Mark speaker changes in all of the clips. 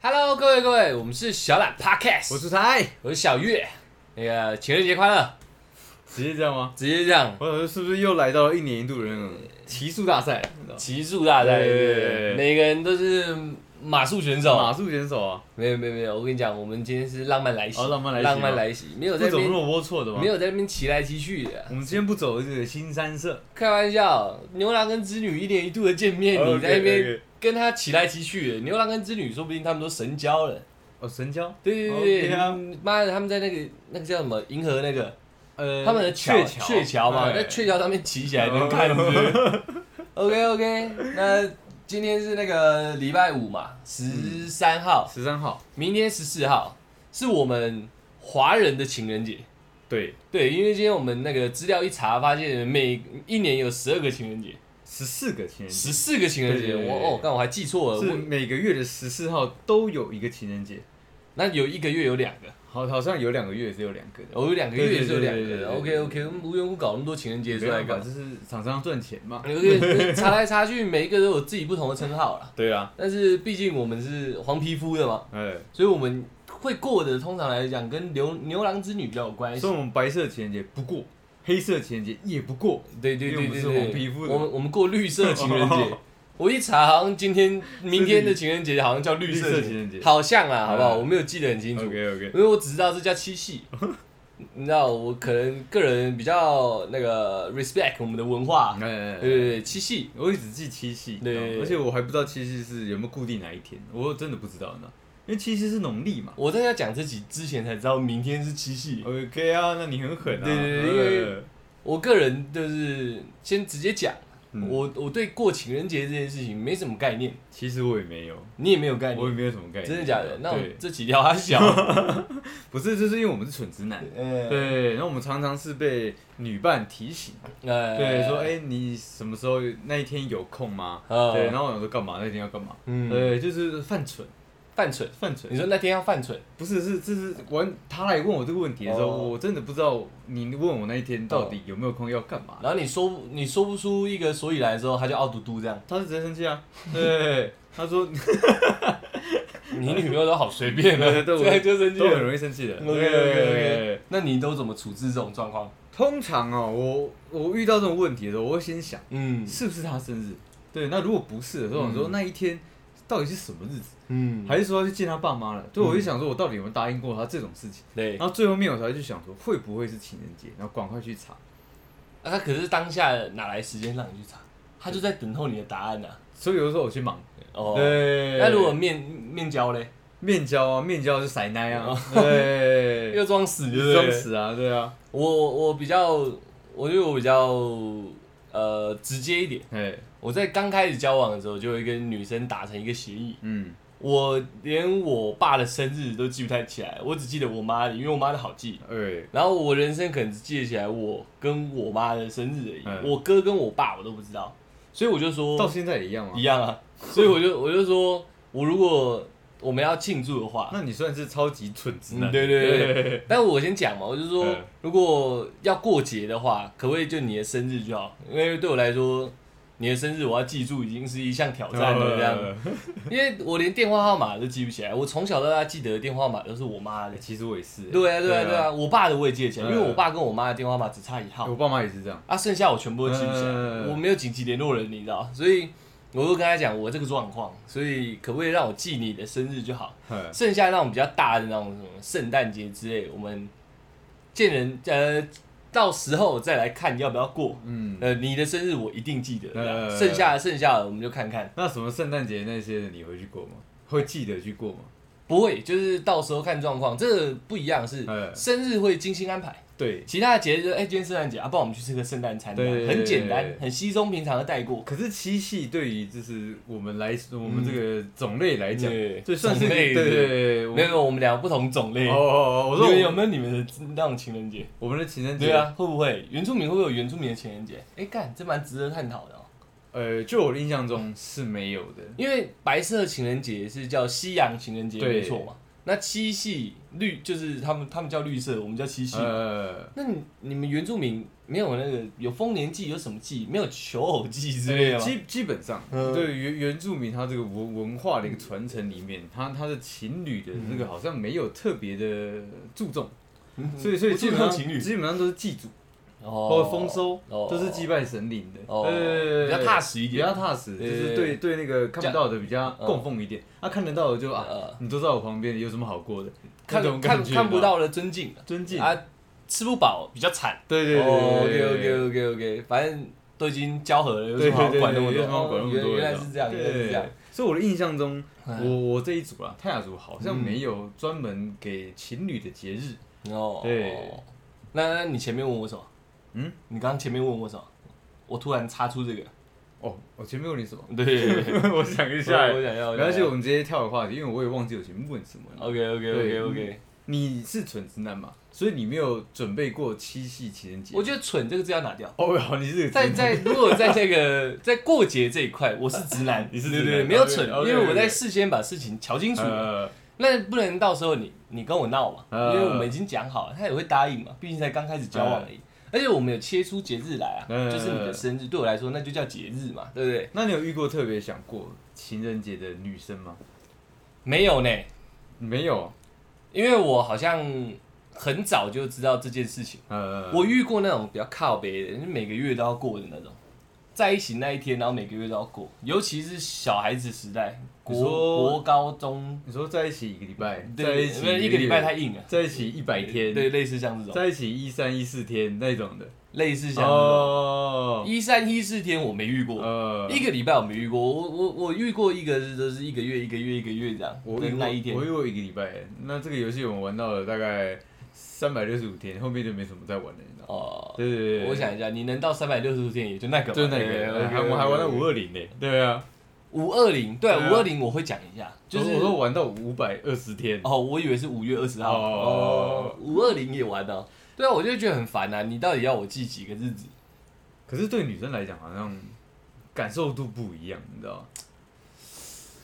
Speaker 1: Hello，各位各位，我们是小懒 Podcast，
Speaker 2: 我是台，
Speaker 1: 我是小月，那个情人节快乐，
Speaker 2: 直接这样吗？
Speaker 1: 直接这样
Speaker 2: 我想说是不是又来到了一年一度的那种骑术大赛？你知道吗
Speaker 1: 骑术大赛，
Speaker 2: 对对
Speaker 1: 对
Speaker 2: 对
Speaker 1: 对对
Speaker 2: 对
Speaker 1: 每个人都是马术选手。
Speaker 2: 马术选手啊，
Speaker 1: 没有没有没有，我跟你讲，我们今天是浪漫来袭，
Speaker 2: 哦浪漫来袭
Speaker 1: 浪漫来袭，没有
Speaker 2: 不
Speaker 1: 在那
Speaker 2: 走
Speaker 1: 边
Speaker 2: 若龌龊的吗？
Speaker 1: 没，有在那边骑来骑去的，
Speaker 2: 我们今天不走这个新三社，
Speaker 1: 开玩笑，牛郎跟织女一年一度的见面，
Speaker 2: 哦
Speaker 1: 你在那
Speaker 2: OK，OK
Speaker 1: 边跟他骑来骑去的，牛郎跟织女说不定他们都神交了，
Speaker 2: 哦，神交，
Speaker 1: 对对对对
Speaker 2: OK 啊，
Speaker 1: 妈的，他们在那个那个叫什么银河那个。
Speaker 2: 呃，
Speaker 1: 他们的
Speaker 2: 鹊
Speaker 1: 桥鹊桥嘛，
Speaker 2: 哎
Speaker 1: 在鹊桥上面骑起来能看是不是 OK OK，那今天是那个礼拜五嘛，十三号，
Speaker 2: 十三号，
Speaker 1: 明天十四号是我们华人的情人节。
Speaker 2: 对，
Speaker 1: 对，因为今天我们那个资料一查，发现每一年有十二个情人节，
Speaker 2: 十四个情人节
Speaker 1: 十四个情人节。
Speaker 2: 对对对
Speaker 1: 我哦，但我还记错了，
Speaker 2: 是
Speaker 1: 我
Speaker 2: 每个月的十四号都有一个情人节，
Speaker 1: 那有一个月有两个，
Speaker 2: 好，好像有两个月只有两个的，
Speaker 1: 我有两个月是有两
Speaker 2: 对对
Speaker 1: 个
Speaker 2: 对
Speaker 1: 的。
Speaker 2: 对对
Speaker 1: OK OK，无缘无故搞那么多情人节出来
Speaker 2: 办
Speaker 1: 搞
Speaker 2: 法，，就是厂商赚钱嘛，
Speaker 1: 有点查来查去，每一个都有自己不同的称号啦。
Speaker 2: 对啊，
Speaker 1: 但是毕竟我们是黄皮肤的嘛，
Speaker 2: 哎，
Speaker 1: 所以我们会过的通常来讲跟牛牛郎织女比较有关
Speaker 2: 所
Speaker 1: 系
Speaker 2: 以。我们白色情人节不过，黑色情人节也不过，
Speaker 1: 对对
Speaker 2: 因
Speaker 1: 对
Speaker 2: 为我
Speaker 1: 对
Speaker 2: 们是
Speaker 1: 对，
Speaker 2: 黄皮肤的
Speaker 1: 我们我们过绿色情人节
Speaker 2: 哦。
Speaker 1: 我一查，好像今天、明天的情人节好像叫绿
Speaker 2: 绿
Speaker 1: 色
Speaker 2: 色情人节
Speaker 1: 好像啊，好不好？
Speaker 2: 嗯
Speaker 1: 我没有记得很清楚，
Speaker 2: OK OK，
Speaker 1: 因为我只知道这叫七 夕。你知道，我可能个人比较那个 respect 我们的文化，
Speaker 2: 哎
Speaker 1: 对对对，七夕。
Speaker 2: 我也只记七夕，
Speaker 1: 对
Speaker 2: 你知道吗而且我还不知道七夕是有没有固定哪一天，我真的不知道呢，因为七夕是农历嘛。
Speaker 1: 我在要讲这集之前才知道明天是七夕，
Speaker 2: OK 啊，那你很狠啊！
Speaker 1: 对对对因为我个人就是先直接讲，
Speaker 2: 嗯
Speaker 1: 我我对过情人节这件事情没什么概念，
Speaker 2: 其实我也没有，
Speaker 1: 你也没有概念，
Speaker 2: 我也没有什么概念，
Speaker 1: 真的假的？那我
Speaker 2: 对
Speaker 1: 们这几条还 小， 嗯
Speaker 2: 不是，就是因为我们是蠢直男，
Speaker 1: 对，
Speaker 2: 对，然后我们常常是被女伴提醒，
Speaker 1: 呃
Speaker 2: 对，说哎、，你什么时候那一天有空吗？
Speaker 1: 哦
Speaker 2: 对，然后我想说干嘛那天要干嘛？
Speaker 1: 嗯，
Speaker 2: 对，就是犯蠢，
Speaker 1: 犯蠢，
Speaker 2: 犯蠢
Speaker 1: 你。说那天要犯蠢，
Speaker 2: 不是，是这是完他来问我这个问题的时候，
Speaker 1: 哦
Speaker 2: 我真的不知道你问我那一天到底有没有空要干嘛。
Speaker 1: 然后你说不你说不出一个所以来的时候，他就傲嘟嘟这样，
Speaker 2: 他是直接生气 啊，对，他说
Speaker 1: 你女朋友都好随便的，
Speaker 2: 对对
Speaker 1: 这样就生气
Speaker 2: 都很
Speaker 1: 了。
Speaker 2: 容易生 气的。
Speaker 1: OK OK OK，那你都怎么处置这种状况？
Speaker 2: 通常哦，我我遇到这种问题的时候，我会先想
Speaker 1: 嗯
Speaker 2: 是不是他生日。对，那如果不是的时候，我说
Speaker 1: 嗯
Speaker 2: 那一天到底是什么日子？
Speaker 1: 嗯，
Speaker 2: 还是说要去见他爸妈了？对，我就想说，我到底有没有答应过他这种事情？
Speaker 1: 对，
Speaker 2: 然后最后面我才去想说，会不会是情人节？然后赶快去查。
Speaker 1: 那他啊可是当下哪来时间让你去查？他就在等候你的答案呐。
Speaker 2: 所以有的时候我去忙。
Speaker 1: 哦，
Speaker 2: 对，
Speaker 1: 那如果面面交嘞，
Speaker 2: 面交啊，面交是塞奶
Speaker 1: 哦
Speaker 2: 啊，对，
Speaker 1: 又装死，对不对
Speaker 2: 装。死啊，对啊，
Speaker 1: 我我比较，我觉得我比较呃直接一点。
Speaker 2: 哎，
Speaker 1: 我在刚开始交往的时候，就会跟女生达成一个协议，
Speaker 2: 嗯，
Speaker 1: 我连我爸的生日都记不太起来，我只记得我妈的，因为我妈的好记。
Speaker 2: 哎，
Speaker 1: 然后我人生可能只记得起来我跟我妈的生日而
Speaker 2: 嗯
Speaker 1: 已，我哥跟我爸我都不知道，所以我就说
Speaker 2: 到现在也一样吗
Speaker 1: 一？样啊，所以我就我就说，我如果我们要庆祝的话，
Speaker 2: 那你算是超级蠢直男，
Speaker 1: 嗯对对对但我先讲嘛，我就说
Speaker 2: 嗯，
Speaker 1: 如果要过节的话，可不可以就你的生日就好？因为对我来说，你的生日我要记住已经是一项挑战了，这 样。
Speaker 2: 样。
Speaker 1: 因为我连电话号码都记不起来，我从小到大记得的电话号码都是我妈的。
Speaker 2: 哎其实我也是，
Speaker 1: 对啊，对啊，对啊，，我爸的我也记得起来，因
Speaker 2: 嗯
Speaker 1: 为我爸跟我妈的电话号码只差一号
Speaker 2: 我，爸妈也是这样，
Speaker 1: 啊，剩下我全部都记不起来，
Speaker 2: 嗯
Speaker 1: 我没有紧急联络人，你知道，所以我就跟他讲我这个状况，所以可不可以让我记你的生日就好？
Speaker 2: 哎
Speaker 1: 剩下那种比较大的那种什么圣诞节之类，我们见人呃，到时候再来看要不要过。
Speaker 2: 嗯，
Speaker 1: 呃，你的生日我一定记得，
Speaker 2: 呃
Speaker 1: 这样剩下的剩下的我们就看看。
Speaker 2: 那什么圣诞节那些的，你会去过吗？会记得去过吗？
Speaker 1: 不会，就是到时候看状况，这个不一样是
Speaker 2: 呃
Speaker 1: 生日会精心安排，
Speaker 2: 对，
Speaker 1: 其他的节日就是哎、今天圣诞节啊，不然我们去吃个圣诞餐吧，
Speaker 2: 对
Speaker 1: 很简单
Speaker 2: 对，
Speaker 1: 很稀松平常的带过。
Speaker 2: 可是七夕对于就是我们来我们这个种类来讲
Speaker 1: 对，
Speaker 2: 就算是
Speaker 1: 嗯种类
Speaker 2: 对对对，我
Speaker 1: 没有，没有，我们两个不同种类。
Speaker 2: 哦哦哦，我
Speaker 1: 我
Speaker 2: 说
Speaker 1: 说
Speaker 2: 我
Speaker 1: 有没有你们的那种情人节？
Speaker 2: 我们的情人节
Speaker 1: 对，啊，会不会原住民会不会有原住民的情人节？哎、干，这蛮值得探讨的、哦。
Speaker 2: 呃，就我的印象中是没有的，
Speaker 1: 因为白色情人节是叫西洋情人节，没
Speaker 2: 对
Speaker 1: 错嘛。那七嗯夕绿就是他们他们叫绿色，我们叫七夕。
Speaker 2: 呃，
Speaker 1: 那你你们原住民没有那个有丰年祭，有什么祭？没有求偶祭之类
Speaker 2: 对，
Speaker 1: 的吗？
Speaker 2: 呃基基本上，
Speaker 1: 嗯
Speaker 2: 对原原住民他这个文文化的一个传承里面，他他的情侣的这个好像没有特别的注重，
Speaker 1: 嗯
Speaker 2: 所以所以
Speaker 1: 不注
Speaker 2: 基本
Speaker 1: 重
Speaker 2: 上
Speaker 1: 情侣
Speaker 2: 基本上都是祭祖或
Speaker 1: 哦
Speaker 2: 者丰收，
Speaker 1: 哦
Speaker 2: 都是祭拜神灵的，
Speaker 1: 哦
Speaker 2: 对对对对
Speaker 1: 比较踏实一
Speaker 2: 比
Speaker 1: 点
Speaker 2: 较踏实，就
Speaker 1: 对嗯
Speaker 2: 是对对那个看不到的比较供奉一点，啊看得到的就啊
Speaker 1: 呃
Speaker 2: 你都在我旁边，有什么好过的？那
Speaker 1: 看
Speaker 2: 种感
Speaker 1: 看
Speaker 2: 觉
Speaker 1: 看不
Speaker 2: 吧，
Speaker 1: 到的尊敬哦
Speaker 2: 尊敬，
Speaker 1: 啊，吃不饱比较惨。
Speaker 2: 对对对对对
Speaker 1: OK
Speaker 2: 对
Speaker 1: OK
Speaker 2: 对
Speaker 1: OK OK，反正都已经交合了，有
Speaker 2: 对
Speaker 1: 什
Speaker 2: 对
Speaker 1: 么好
Speaker 2: 对对，
Speaker 1: 管那么
Speaker 2: 有
Speaker 1: 多？
Speaker 2: 什么好管那
Speaker 1: 哦
Speaker 2: 么多的？
Speaker 1: 原原来是这样，
Speaker 2: 对
Speaker 1: 原来是这样。。
Speaker 2: 所以我的印象中，我
Speaker 1: 嗯
Speaker 2: 我这一组啊，泰雅族好像没有专门给情侣的节日。
Speaker 1: 哦，
Speaker 2: 对。
Speaker 1: 那那你前面问我什么？
Speaker 2: 嗯，
Speaker 1: 你刚刚前面问我什么？我突然插出这个。
Speaker 2: 哦，我前面问你什么？
Speaker 1: 对 对，对
Speaker 2: 我想一下，
Speaker 1: 我我想要。
Speaker 2: 没关系，我们直接跳个话题，因为我也忘记我前面问什么了。
Speaker 1: OK OK OK
Speaker 2: 对
Speaker 1: OK。
Speaker 2: 你是纯直男嘛？所以你没有准备过七夕情人节？
Speaker 1: 我觉得蠢这个字要拿 掉。
Speaker 2: 哦，好，你是这个直
Speaker 1: 在
Speaker 2: 男
Speaker 1: 在，如果在这个在过节这一块，我是直男，
Speaker 2: 你是
Speaker 1: 对
Speaker 2: 直男
Speaker 1: 对对，没有蠢，因
Speaker 2: OK，OK，OK
Speaker 1: 为我在事先把事情瞧清楚，
Speaker 2: 呃，
Speaker 1: 那不能到时候你你跟我闹嘛，因
Speaker 2: 呃
Speaker 1: 为我们已经讲好了，他也会答应嘛，毕竟才刚开始交往而已。而且我们有切出节日来啊，
Speaker 2: 呃
Speaker 1: 就是你的生日，对我来说那就叫节日嘛，对不对？
Speaker 2: 那你有遇过特别想过情人节的女生吗？
Speaker 1: 没有呢，
Speaker 2: 没有，
Speaker 1: 因为我好像很早就知道这件事情。
Speaker 2: 呃，
Speaker 1: 我遇过那种比较靠北的，就是每个月都要过的那种，在一起那一天，然后每个月都要过，尤其是小孩子时代，
Speaker 2: 你
Speaker 1: 国
Speaker 2: 说
Speaker 1: 国高中，
Speaker 2: 你说在一起一个礼拜，哦在
Speaker 1: 对，
Speaker 2: 一起
Speaker 1: 因为一个礼拜太硬了，
Speaker 2: 在一起一百天，
Speaker 1: 对，类似像这种，
Speaker 2: 在一起一三一四天那种的。
Speaker 1: 类似像这种，
Speaker 2: 哦，
Speaker 1: 一三一四天我没遇过，
Speaker 2: 呃，
Speaker 1: 一个礼拜我没遇过，我我我遇过一个是就是一个月一个月一个月这样，
Speaker 2: 我
Speaker 1: 的
Speaker 2: 遇过
Speaker 1: 那一天
Speaker 2: 呃我，遇过一个礼拜。那这个游戏我们玩到了大概三百六十五天，后面就没什么在玩了，你知道吗？
Speaker 1: 哦，
Speaker 2: 对对对，
Speaker 1: 我想一下，你能到三百六十天也就那个吧，
Speaker 2: 就是那
Speaker 1: 对
Speaker 2: 个，还
Speaker 1: 我
Speaker 2: 我还玩到五二零呢。对啊，
Speaker 1: 五二零，对
Speaker 2: 对啊
Speaker 1: 五二零我会讲一下，就是
Speaker 2: 我我都玩到五百二十天。
Speaker 1: 哦，我以为是五月二十号
Speaker 2: 哦
Speaker 1: 哦，五二零也玩哦。对啊，我就觉得很烦啊！你到底要我记几个日子？
Speaker 2: 可是对女生来讲，好像感受度不一样，你知道吗？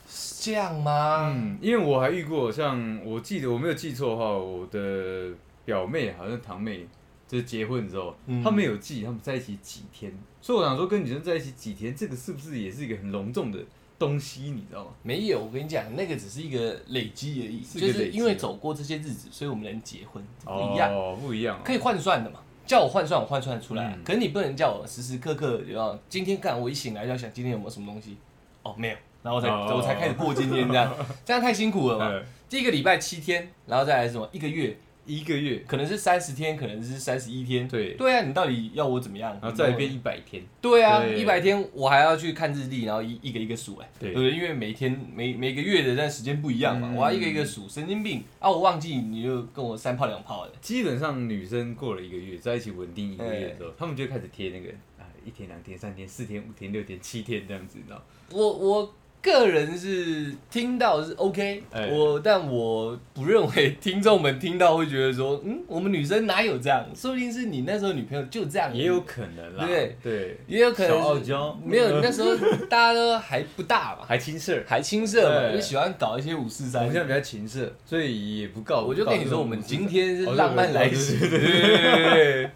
Speaker 1: 是这样吗？
Speaker 2: 嗯，因为我还遇过，像我记得我没有记错的话，我的表妹好像堂妹，就是结婚之后，
Speaker 1: 嗯
Speaker 2: 他们有记他们在一起几天，所以我想说跟女生在一起几天，这个是不是也是一个很隆重的东西，你知道吗？
Speaker 1: 没有，我跟你讲，那个只是一个累积而已，
Speaker 2: 是一个
Speaker 1: 就
Speaker 2: 累
Speaker 1: 是
Speaker 2: 积
Speaker 1: 因为
Speaker 2: 啊
Speaker 1: 走过这些日子，所以我们能结婚，不一样，
Speaker 2: 哦，不一样、哦，
Speaker 1: 可以换算的嘛。叫我换算，我换算得出来啊、
Speaker 2: 嗯
Speaker 1: 可是你不能叫我时时刻刻，然后今天干，我一醒来就要想今天有没有什么东西，哦，没有，然后我才、
Speaker 2: 哦
Speaker 1: 我才开始过今天这 样，这样太辛苦了嘛。
Speaker 2: 呃，
Speaker 1: 第一个礼拜七天，然后再来什么一个月，
Speaker 2: 一个月，
Speaker 1: 可能是三十天，可能是三十一天。
Speaker 2: 对
Speaker 1: 对啊，你到底要我怎么样？
Speaker 2: 然后再变
Speaker 1: 变。
Speaker 2: 一百天，
Speaker 1: 对啊，
Speaker 2: 对
Speaker 1: 一百天我还要去看日历，然后一一个一个数、哎，
Speaker 2: 对
Speaker 1: 不对？因为每天每每个月的那时间不一样嘛，
Speaker 2: 嗯
Speaker 1: 我要一个一个数，神经病啊！我忘记你就跟我三炮两炮哎的，
Speaker 2: 基本上女生过了一个月，在一起稳定一个月之后，她们就开始贴那个啊，一天、两天、三天、四天、五天、六天、七天这样子，你知道吗？
Speaker 1: 我我。个人是听到是 OK，、
Speaker 2: 哎
Speaker 1: 我但我不认为听众们听到会觉得说，嗯，我们女生哪有这样？说不定是你那时候女朋友就这样，
Speaker 2: 也有可能啦，
Speaker 1: 对
Speaker 2: 对，
Speaker 1: 也有可能
Speaker 2: 小
Speaker 1: 是
Speaker 2: 傲娇，嗯
Speaker 1: 没有，那时候大家都还不大嘛，
Speaker 2: 还青涩，
Speaker 1: 还青涩嘛，
Speaker 2: 对
Speaker 1: 就喜欢搞一些五四
Speaker 2: 我
Speaker 1: 三
Speaker 2: 们现。在比较情色，所以也不告。
Speaker 1: 我就跟你说，我们今天是
Speaker 2: 哦
Speaker 1: 浪漫来袭，对对对对。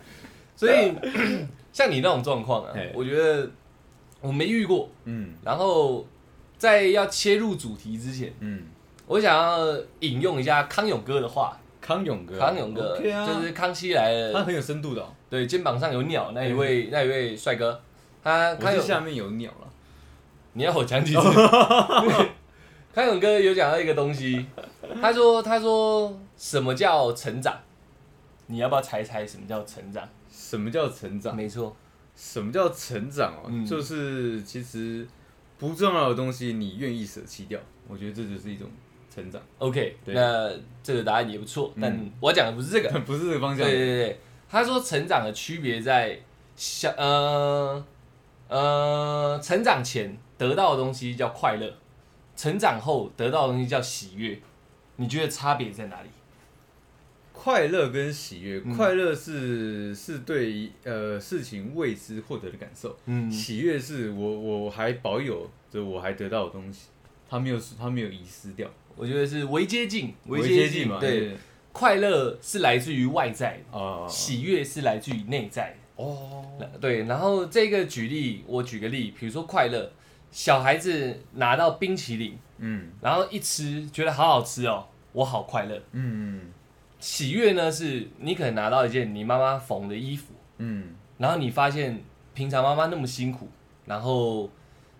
Speaker 1: 所以像你那种状况啊
Speaker 2: 嘿，
Speaker 1: 我觉得我没遇过。
Speaker 2: 嗯
Speaker 1: 然后在要切入主题之前，
Speaker 2: 嗯，
Speaker 1: 我想要引用一下康永哥的话，
Speaker 2: 康永哥，
Speaker 1: 康永哥
Speaker 2: OK 啊，
Speaker 1: 就是康熙来
Speaker 2: 他
Speaker 1: 了，
Speaker 2: 很有深度的哦，
Speaker 1: 对，肩膀上有鸟那一位那一位帅哥，他
Speaker 2: 我
Speaker 1: 康
Speaker 2: 是
Speaker 1: 永
Speaker 2: 下面有鸟了，
Speaker 1: 你要我讲 几次？康永哥有讲到一个东西，他说他说什么叫成长？你要不要猜猜什么叫成长？
Speaker 2: 什么叫成长？
Speaker 1: 没错，
Speaker 2: 什么叫成长哦？
Speaker 1: 嗯
Speaker 2: 就是其实不重要的东西，你愿意舍弃掉，我觉得这就是一种成长，
Speaker 1: OK，
Speaker 2: 对
Speaker 1: 那这个答案也不错，
Speaker 2: 嗯
Speaker 1: 但我讲的不是这个。
Speaker 2: 不是这个方
Speaker 1: 对
Speaker 2: 向
Speaker 1: 对。对对，他说成长的区别在小呃呃成长前得到的东西叫快乐，成长后得到的东西叫喜悦。你觉得差别在哪里？
Speaker 2: 快乐跟喜悦，
Speaker 1: 嗯
Speaker 2: 快乐是是对呃事情未知获得的感受，
Speaker 1: 嗯
Speaker 2: 喜悦是我我还保有，就我还得到的东西，他没有他没有遗失掉，
Speaker 1: 我觉得是微接近，
Speaker 2: 微
Speaker 1: 接
Speaker 2: 接近嘛，
Speaker 1: 对，
Speaker 2: 对
Speaker 1: 快乐是来自于外在的，
Speaker 2: 啊，
Speaker 1: 喜悦是来自于内在的。
Speaker 2: 哦，
Speaker 1: 对，然后这个举例，我举个例，比如说快乐，小孩子拿到冰淇淋，
Speaker 2: 嗯
Speaker 1: 然后一吃觉得好好吃哦，我好快乐。
Speaker 2: 嗯
Speaker 1: 喜悦呢，是你可能拿到一件你妈妈缝的衣服，
Speaker 2: 嗯
Speaker 1: 然后你发现平常妈妈那么辛苦，然后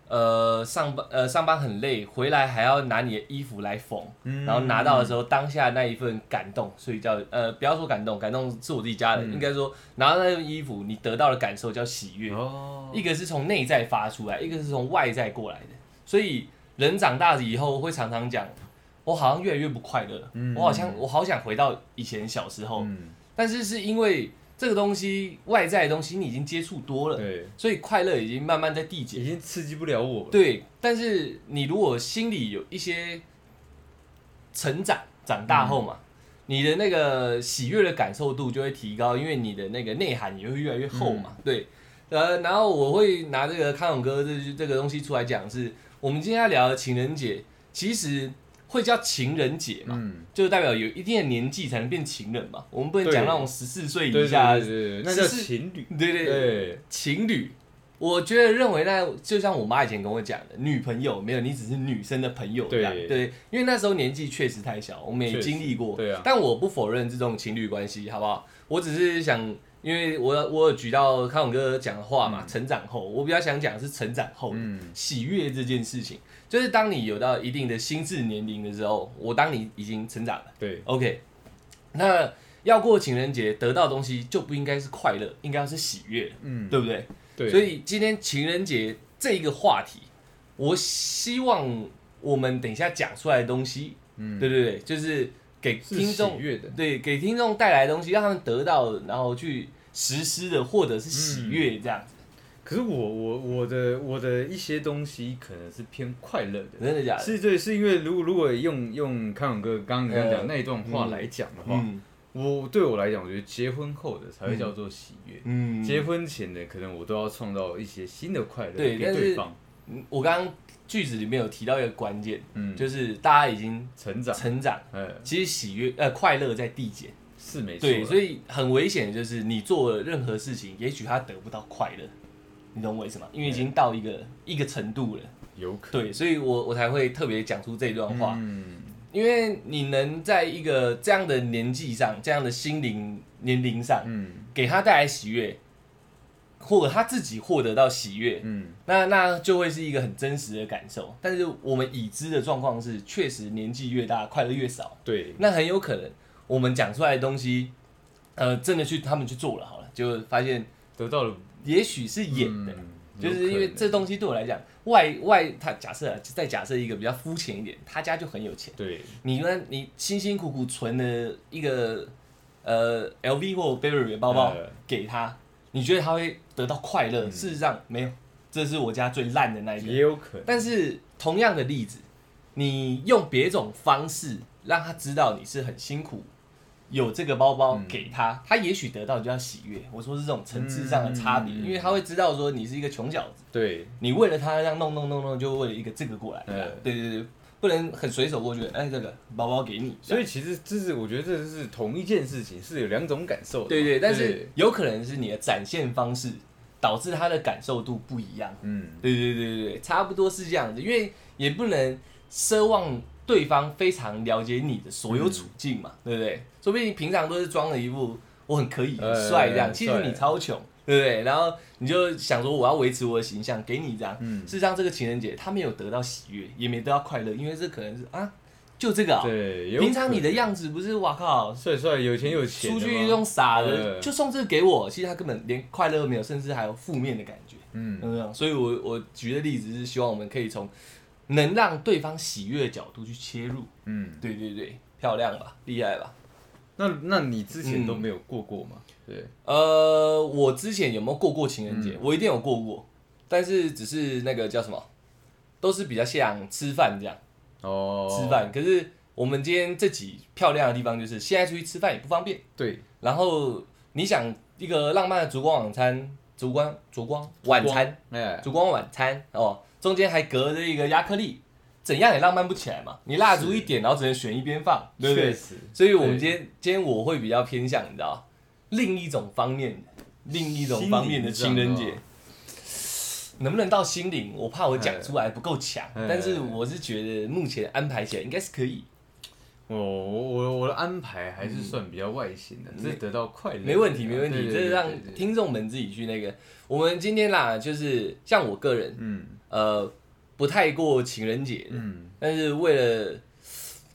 Speaker 1: 呃上班呃上班很累，回来还要拿你的衣服来缝，
Speaker 2: 嗯
Speaker 1: 然后拿到的时候，当下那一份感动，所以叫呃，不要说感动，感动是我自己家
Speaker 2: 嗯
Speaker 1: 人，应该说拿到那件衣服，你得到的感受叫喜悦。
Speaker 2: 哦，
Speaker 1: 一个是从内在发出来，一个是从外在过来的。所以人长大了以后会常常讲，我好像越来越不快乐了，
Speaker 2: 嗯
Speaker 1: 我好像我好想回到以前小时候，
Speaker 2: 嗯，
Speaker 1: 但是是因为这个东西外在的东西你已经接触多了，
Speaker 2: 对，
Speaker 1: 所以快乐已经慢慢在递减
Speaker 2: 已。经刺激不了我了，
Speaker 1: 对，但是你如果心里有一些成长，长大后
Speaker 2: 嗯
Speaker 1: 嘛，你的那个喜悦的感受度就会提高，因为你的那个内涵也会越来越厚嘛。
Speaker 2: 嗯
Speaker 1: 对，呃，然后我会拿这个康永哥这这个东西出来讲是，我们今天要聊的情人节，其实会叫情人节嘛。
Speaker 2: 嗯，
Speaker 1: 就代表有一定的年纪才能变情人嘛，我们不能
Speaker 2: 对
Speaker 1: 讲那种十四岁以
Speaker 2: 对对
Speaker 1: 下，
Speaker 2: 对对，对那叫
Speaker 1: 是
Speaker 2: 情侣，
Speaker 1: 对对
Speaker 2: 对，
Speaker 1: 情侣，我觉得认为那就像我妈以前跟我讲的，女朋友没有，你只是女生的朋友这样。
Speaker 2: 对
Speaker 1: 对，因为那时候年纪确实太小，我们也
Speaker 2: 确实
Speaker 1: 经历过。
Speaker 2: 对啊
Speaker 1: 但我不否认这种情侣关系，好不好？我只是想，因为我我有举到康永哥讲的话嘛，成长后，我比较想讲的是成长后的
Speaker 2: 嗯
Speaker 1: 喜悦这件事情，就是当你有到一定的心智年龄的时候，我当你已经成长了。
Speaker 2: 对，
Speaker 1: OK，那要过情人节得到的东西就不应该是快乐，应该要是喜悦，
Speaker 2: 嗯
Speaker 1: 对不对？
Speaker 2: 对，
Speaker 1: 所以今天情人节这一个话题，我希望我们等一下讲出来的东西，
Speaker 2: 嗯
Speaker 1: 对对对，就是给
Speaker 2: 是
Speaker 1: 听众
Speaker 2: 喜悦的，
Speaker 1: 对给听众带来的东西，让他们得到，然后去实施的或者是喜悦
Speaker 2: 嗯
Speaker 1: 这样子，
Speaker 2: 可是我我我的我的一些东西可能是偏快乐的，
Speaker 1: 真的假的？
Speaker 2: 是对，是因为如果如果用用康永哥刚刚刚
Speaker 1: 呃
Speaker 2: 讲那一段话来讲的话，
Speaker 1: 嗯
Speaker 2: 我对我来讲，我觉得结婚后的才会叫做喜悦。
Speaker 1: 嗯，
Speaker 2: 结婚前的可能我都要创造一些新的快乐
Speaker 1: 对
Speaker 2: 给
Speaker 1: 但是
Speaker 2: 对方，
Speaker 1: 我刚刚句子里面有提到一个关键，
Speaker 2: 嗯，
Speaker 1: 就是大家已经
Speaker 2: 成长，
Speaker 1: 成长，
Speaker 2: 呃，
Speaker 1: 其实喜悦呃快乐在递减。
Speaker 2: 是没错啦，
Speaker 1: 对，所以很危险，的就是你做了任何事情，也许他得不到快乐，你懂我意思吗？因为已经到一个一个程度了。
Speaker 2: 有可
Speaker 1: 对，所以我我才会特别讲出这段
Speaker 2: 能
Speaker 1: 话，
Speaker 2: 嗯，
Speaker 1: 因为你能在一个这样的年纪上、这样的心灵年龄上，
Speaker 2: 嗯
Speaker 1: 给他带来喜悦，或者他自己获得到喜悦，
Speaker 2: 嗯，
Speaker 1: 那那就会是一个很真实的感受。但是我们已知的状况是，确实年纪越大，快乐越少。
Speaker 2: 对，
Speaker 1: 那很有可能我们讲出来的东西，呃，真的去他们去做了好了，就发现
Speaker 2: 得到了
Speaker 1: 也许是演的，
Speaker 2: 嗯
Speaker 1: 就是因
Speaker 2: 有可
Speaker 1: 为
Speaker 2: 能
Speaker 1: 这东西对我来讲，外外他假设啊再假设一个比较肤浅一点，他家就很有钱，
Speaker 2: 对
Speaker 1: 你呢你辛辛苦苦存了一个呃 LV 或 Burberry 的包包
Speaker 2: 呃
Speaker 1: 给他，你觉得他会得到快乐？事实上没有，这是我家最烂的那一个
Speaker 2: 也。有可能，
Speaker 1: 但是同样的例子，你用别种方式让他知道你是很辛苦，有这个包包给他，他也许得到就要喜悦。嗯我说是这种层次上的差别，
Speaker 2: 嗯嗯嗯嗯
Speaker 1: 因为他会知道说你是一个穷小子，
Speaker 2: 对，
Speaker 1: 你为了他这样弄弄弄弄，就为了一个这个过来，
Speaker 2: 嗯
Speaker 1: 对对对，不能很随手过去，哎，这个包包给你。
Speaker 2: 所以其实这是我觉得这是同一件事情，是有两种感受的嘛，
Speaker 1: 对对，但是有可能是你的展现方式导致他的感受度不一样。
Speaker 2: 嗯，
Speaker 1: 对对对对对，差不多是这样子，因为也不能奢望对方非常了解你的所有处境嘛，
Speaker 2: 嗯
Speaker 1: 对不对？说不定你平常都是装了一副我很可以、很
Speaker 2: 呃
Speaker 1: 帅这样，
Speaker 2: 很
Speaker 1: 其
Speaker 2: 帅
Speaker 1: 实你超穷，对不对？然后你就想说我要维持我的形象，给你这样。
Speaker 2: 嗯
Speaker 1: 事实上，这个情人节他没有得到喜悦，也没得到快乐，因为这可能是啊，就这个啊、
Speaker 2: 对，有
Speaker 1: 平常
Speaker 2: 可
Speaker 1: 你的
Speaker 2: 能啊
Speaker 1: 样子不是哇靠。
Speaker 2: 帅帅有钱有钱的
Speaker 1: 出
Speaker 2: 嘛，
Speaker 1: 去用傻的，
Speaker 2: 呃
Speaker 1: 就送这个给我，其实他根本连快乐都没有，甚至还有负面的感觉。
Speaker 2: 嗯。
Speaker 1: 嗯，所以我我举的例子是希望我们可以从能让对方喜悦的角度去切入。
Speaker 2: 嗯，
Speaker 1: 对对对，漂亮吧，厉害吧？
Speaker 2: 那那你之前都没有过过吗？
Speaker 1: 嗯
Speaker 2: 对，
Speaker 1: 呃，我之前有没有过过情人节？
Speaker 2: 嗯
Speaker 1: 我一定有过过，但是只是那个叫什么，都是比较像吃饭这样
Speaker 2: 哦，
Speaker 1: 吃饭。可是我们今天这集漂亮的地方就是现在出去吃饭也不方便，
Speaker 2: 对，
Speaker 1: 然后你想一个浪漫的烛光晚餐，烛光烛光晚餐。
Speaker 2: 哎，
Speaker 1: 烛光晚餐哦，中间还隔着一个亚克力，怎样也浪漫不起来嘛。你蜡烛一点，然后只能选一边放，对不
Speaker 2: 确
Speaker 1: 对？
Speaker 2: 实，
Speaker 1: 所以我们
Speaker 2: 对
Speaker 1: 今天今天我会比较偏向，你知道，另一种方面的另一种方面的情人
Speaker 2: 心
Speaker 1: 节
Speaker 2: 灵。哦
Speaker 1: 能不能到心灵？我怕我讲出来不够强，
Speaker 2: 哎
Speaker 1: 但是我是觉得目前安排起来应该是可以，
Speaker 2: 哦我我我我的安排还是算比较外显的，只是得到快乐，
Speaker 1: 嗯
Speaker 2: 啊
Speaker 1: 没问题，没问
Speaker 2: 对
Speaker 1: 题。
Speaker 2: 对
Speaker 1: 这
Speaker 2: 对
Speaker 1: 是让
Speaker 2: 对对
Speaker 1: 听众们自己去那个。我们今天啦，就是像我个人，
Speaker 2: 嗯
Speaker 1: 呃，不太过情人节，
Speaker 2: 嗯，
Speaker 1: 但是为了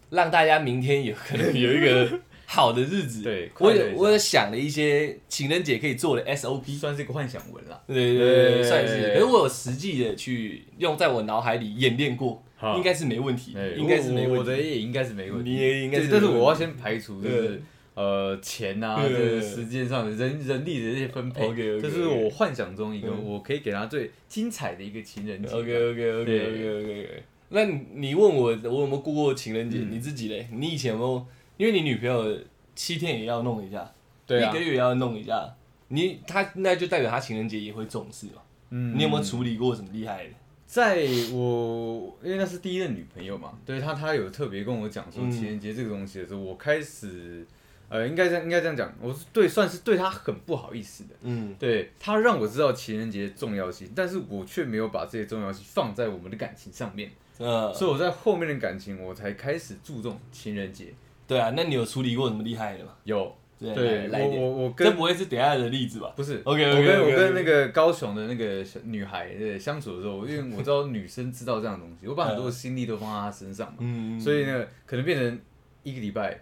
Speaker 1: 让大家明天有可能有一个好的日子，
Speaker 2: 对
Speaker 1: 我
Speaker 2: 快乐
Speaker 1: 有
Speaker 2: 一下
Speaker 1: 我有想了一些情人节可以做的 SOP，
Speaker 2: 算是个幻想文啦。
Speaker 1: 对对对对，
Speaker 2: 对
Speaker 1: 算是。可是我有实际的去用在我脑海里演练过，
Speaker 2: 好
Speaker 1: 应该是没问题
Speaker 2: 哎，
Speaker 1: 应该是没
Speaker 2: 我
Speaker 1: 问
Speaker 2: 我的
Speaker 1: 题。
Speaker 2: 也应该是没问题，
Speaker 1: 你也应该是
Speaker 2: 对但是
Speaker 1: 没问题
Speaker 2: 我要先排除就是
Speaker 1: 对
Speaker 2: 呃钱啊，
Speaker 1: 对
Speaker 2: 这
Speaker 1: 对对
Speaker 2: 个时间上的人人力的这些分配，
Speaker 1: OK，OK，OK
Speaker 2: 这是我幻想中一个
Speaker 1: 嗯
Speaker 2: 我可以给他最精彩的一个情人节。
Speaker 1: OK OK OK OK OK。那你你问我我有没有过过情人节？你自己嘞？你以前有没有？因为你女朋友七天也要弄一下，
Speaker 2: 对
Speaker 1: 一
Speaker 2: 啊
Speaker 1: 个，月也要弄一下，你她那就代表她情人节也会重视嘛。
Speaker 2: 嗯
Speaker 1: 你有没有处理过什么厉害的？
Speaker 2: 在我因为那是第一任女朋友嘛，对她她有特别跟我讲说
Speaker 1: 嗯
Speaker 2: 情人节这个东西的时候，我开始呃应该这样应该这样讲，我是对算是对她很不好意思的。
Speaker 1: 嗯，
Speaker 2: 对他让我知道情人节的重要性，但是我却没有把这些重要性放在我们的感情上面，
Speaker 1: 呃，
Speaker 2: 所以我在后面的感情我才开始注重情人节。
Speaker 1: 对啊，那你有处理过什么厉害的吗？
Speaker 2: 有，
Speaker 1: 对
Speaker 2: 对
Speaker 1: 来来
Speaker 2: 我
Speaker 1: 一点
Speaker 2: 我我
Speaker 1: 这
Speaker 2: 跟
Speaker 1: 不会是等一下的例子吧？
Speaker 2: 不是
Speaker 1: OK，OK，OK，OK
Speaker 2: 我跟我跟那个高雄的那个小女孩呃相处的时候，因为我知道女生知道这样的东西，我把很多的心力都放在她身上嘛，
Speaker 1: 嗯，
Speaker 2: 所以呢，可能变成一个礼拜、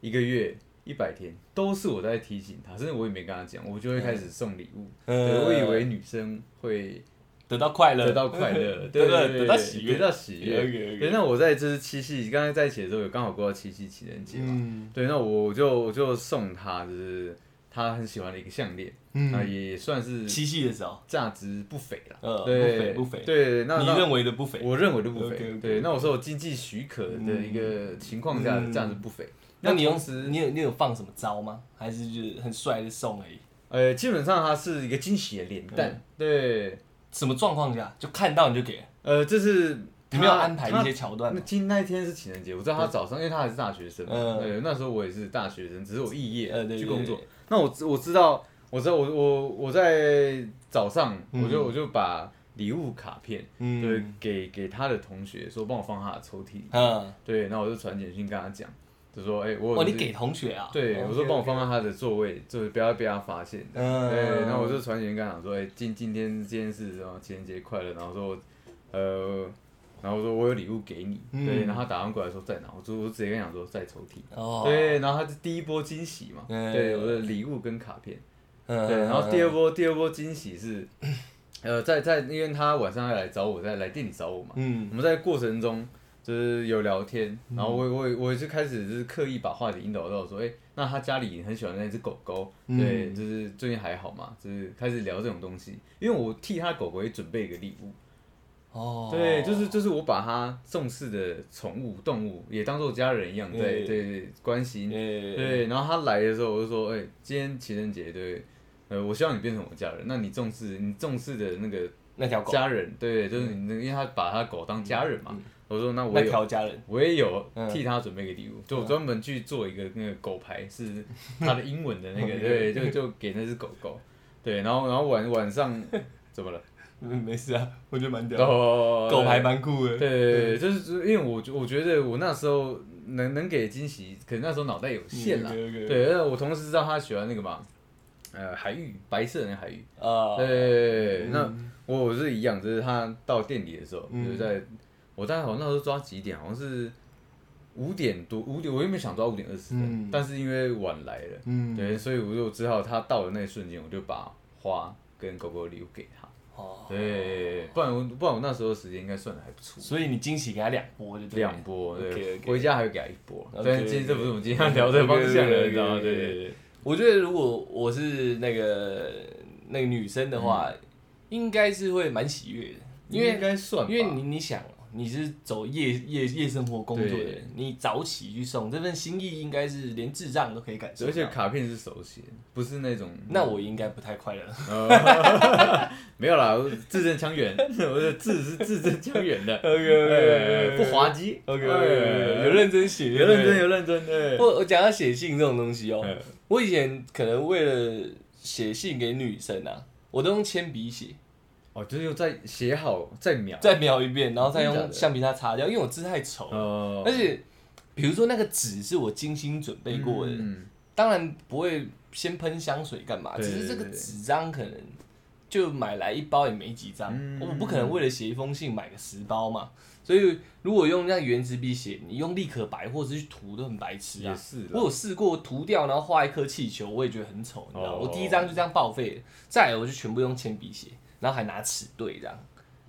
Speaker 2: 一个月、一百天，都是我在提醒她，甚至我也没跟她讲，我就会开始送礼物。
Speaker 1: 嗯
Speaker 2: 对，我以为女生会
Speaker 1: 呃得到快乐，
Speaker 2: 得到快乐，
Speaker 1: 得
Speaker 2: 对
Speaker 1: 到
Speaker 2: 对
Speaker 1: 得到喜悦
Speaker 2: 得到 喜悦。对，
Speaker 1: OK
Speaker 2: 那我在这是七夕，刚才在一起的时候有刚好过到七夕情人节嘛，
Speaker 1: 嗯
Speaker 2: 对，那我就我就送她就是她很喜欢的一个项链，啊，
Speaker 1: 嗯，
Speaker 2: 也算是
Speaker 1: 七夕的时候，
Speaker 2: 价值不菲
Speaker 1: 呃
Speaker 2: 啦，对，
Speaker 1: 不菲不菲
Speaker 2: 对，那
Speaker 1: 你
Speaker 2: 那
Speaker 1: 认为的不菲，
Speaker 2: 我认为都不
Speaker 1: OK，OK
Speaker 2: 菲，对，那我说我经济许可的一个情况下
Speaker 1: 嗯
Speaker 2: 价值不菲，
Speaker 1: 那你有
Speaker 2: 同时
Speaker 1: 你有你有放什么招吗？还是就是很帅的送而已？
Speaker 2: 呃，基本上它是一个惊喜的脸
Speaker 1: 嗯
Speaker 2: 蛋，对，
Speaker 1: 什么状况下就看到你就给了？
Speaker 2: 呃，这是
Speaker 1: 你没有
Speaker 2: 它
Speaker 1: 安排
Speaker 2: 它
Speaker 1: 一些桥段
Speaker 2: 那
Speaker 1: 吗？
Speaker 2: 今那一天是情人节，我知道他早上，因为他还是大学生嘛，
Speaker 1: 嗯
Speaker 2: 对，那时候我也是大学生，只是我肄业、
Speaker 1: 呃对对
Speaker 2: 去工作
Speaker 1: 对。
Speaker 2: 那我知我知道，我知道我我我在早上，
Speaker 1: 嗯
Speaker 2: 我就我就把礼物卡片，
Speaker 1: 嗯
Speaker 2: 对，给给他的同学说帮我放他的抽屉里，
Speaker 1: 嗯，
Speaker 2: 对，那我就传简讯跟他讲，就说哎、我有
Speaker 1: 哦，你
Speaker 2: 这
Speaker 1: 给同学啊？
Speaker 2: 对，我说帮我放在他的座位，就是不要被他发现。
Speaker 1: 嗯
Speaker 2: 对，然后我就传简讯跟他讲说，哎、今今天今天是什么情人节快乐，然后说，呃，然后我说我有礼物给你，
Speaker 1: 嗯
Speaker 2: 对，然后他打电话过来说在哪，我就我直接跟他讲说在抽屉。
Speaker 1: 哦，
Speaker 2: 对，然后他是第一波惊喜嘛，
Speaker 1: 嗯
Speaker 2: 对，我的礼物跟卡片。
Speaker 1: 嗯，
Speaker 2: 对，然后第
Speaker 1: 二
Speaker 2: 二波第二波惊喜是，呃，在在因为他晚上要来找我，在来店里找我嘛，
Speaker 1: 嗯
Speaker 2: 我们在过程中就是有聊天，然后我我我也是开始就是刻意把话题引导到说，哎、那他家里很喜欢那只狗狗，
Speaker 1: 嗯
Speaker 2: 对，就是最近还好嘛，就是开始聊这种东西，因为我替他狗狗也准备一个礼物，
Speaker 1: 哦，
Speaker 2: 对，就是就是我把他重视的宠物动物也当做家人一样在
Speaker 1: 对
Speaker 2: 对对关心，
Speaker 1: 嗯对
Speaker 2: 对，然后他来的时候，我就说，哎、今天情人节，对，呃，我希望你变成我家人，那你重视你重视的那个
Speaker 1: 那条狗，嗯
Speaker 2: 家人，对，就是你那，因为他把他狗当家人嘛，我说那我
Speaker 1: 那
Speaker 2: 有。
Speaker 1: 条家人，
Speaker 2: 我也有
Speaker 1: 嗯
Speaker 2: 替他准备一个礼物，就我专门去做一个那个狗牌，是他的英文的那个，
Speaker 1: OK
Speaker 2: 对，就就给那只狗狗，对，然后然后晚晚上 怎么了？
Speaker 1: 嗯，没事啊，我觉得蛮屌的，
Speaker 2: 哦
Speaker 1: 狗牌蛮酷的，嗯
Speaker 2: 对对，对，就是因为我觉我觉得我那时候能能给惊喜，可能那时候脑袋有限啦。
Speaker 1: 嗯对
Speaker 2: 对，而且我同时知道他喜欢那个嘛，呃，海芋，白色的那个海芋。
Speaker 1: 啊，
Speaker 2: 对对对对，那
Speaker 1: 嗯
Speaker 2: 我我是一样，就是他到店里的时候，
Speaker 1: 嗯
Speaker 2: 就是在我大概好像那时候抓几点，好像是五点多五点，我原本想抓五点二十
Speaker 1: 嗯
Speaker 2: 的，但是因为晚来了，
Speaker 1: 嗯，
Speaker 2: 对，所以我就只好他到的那一瞬间，我就把花跟狗狗的礼物给他。
Speaker 1: 哦，
Speaker 2: 对，不然我不然我那时候的时间应该算的还不错。
Speaker 1: 所以你惊喜给他两波就对了
Speaker 2: 两波，对
Speaker 1: OK，OK
Speaker 2: 回家还会给他一波。
Speaker 1: OK，OK
Speaker 2: 但是今天这不是我们今天要聊的方向了，
Speaker 1: OK，OK，OK，
Speaker 2: 你知道吗？
Speaker 1: OK，OK，OK
Speaker 2: 对对对，
Speaker 1: 我觉得如果我是那个那个女生的话，应该是会蛮喜悦的，因
Speaker 2: 嗯应
Speaker 1: 为
Speaker 2: 该算吧，
Speaker 1: 因为你你想，哦你是走夜夜夜生活工作的人，你早起去送这份心意，应该是连智障都可以感受
Speaker 2: 而且
Speaker 1: 到。
Speaker 2: 卡片是手写，不是那种
Speaker 1: 那我应该不太快乐，
Speaker 2: 没有啦，我字正腔圆， 我的字是字正腔圆
Speaker 1: 哎
Speaker 2: 的，
Speaker 1: OK，OK，OK，OK
Speaker 2: 哎不滑稽
Speaker 1: OK，
Speaker 2: 哎
Speaker 1: 有认真写，
Speaker 2: 有认真有认真的，
Speaker 1: 我我讲到写信这种东西哦，
Speaker 2: 哎
Speaker 1: 我以前可能为了写信给女生啊，我都用铅笔写，
Speaker 2: 哦，就是又再写好再描，
Speaker 1: 再描一遍，然后再
Speaker 2: 真的假
Speaker 1: 用
Speaker 2: 的
Speaker 1: 橡皮擦擦掉，因为我字太丑了。
Speaker 2: 呃
Speaker 1: 而且，比如说那个纸是我精心准备过的，哎
Speaker 2: 嗯
Speaker 1: 当然不会先喷香水干嘛，
Speaker 2: 对
Speaker 1: 只
Speaker 2: 对
Speaker 1: 是这个
Speaker 2: 对对
Speaker 1: 纸张可能就买来一包也没几张，
Speaker 2: 嗯
Speaker 1: 我不可能为了写一封信买个十包嘛。所以如果用那原子笔写，你用立可白或者是去涂都很白痴
Speaker 2: 也
Speaker 1: 啊。
Speaker 2: 是
Speaker 1: 我
Speaker 2: 啦，
Speaker 1: 有试过涂掉，然后画一颗气球，我也觉得很丑，你知道吗
Speaker 2: 哦
Speaker 1: 我第一张就这样报废了，再来我就全部用铅笔写，然后还拿尺对这样，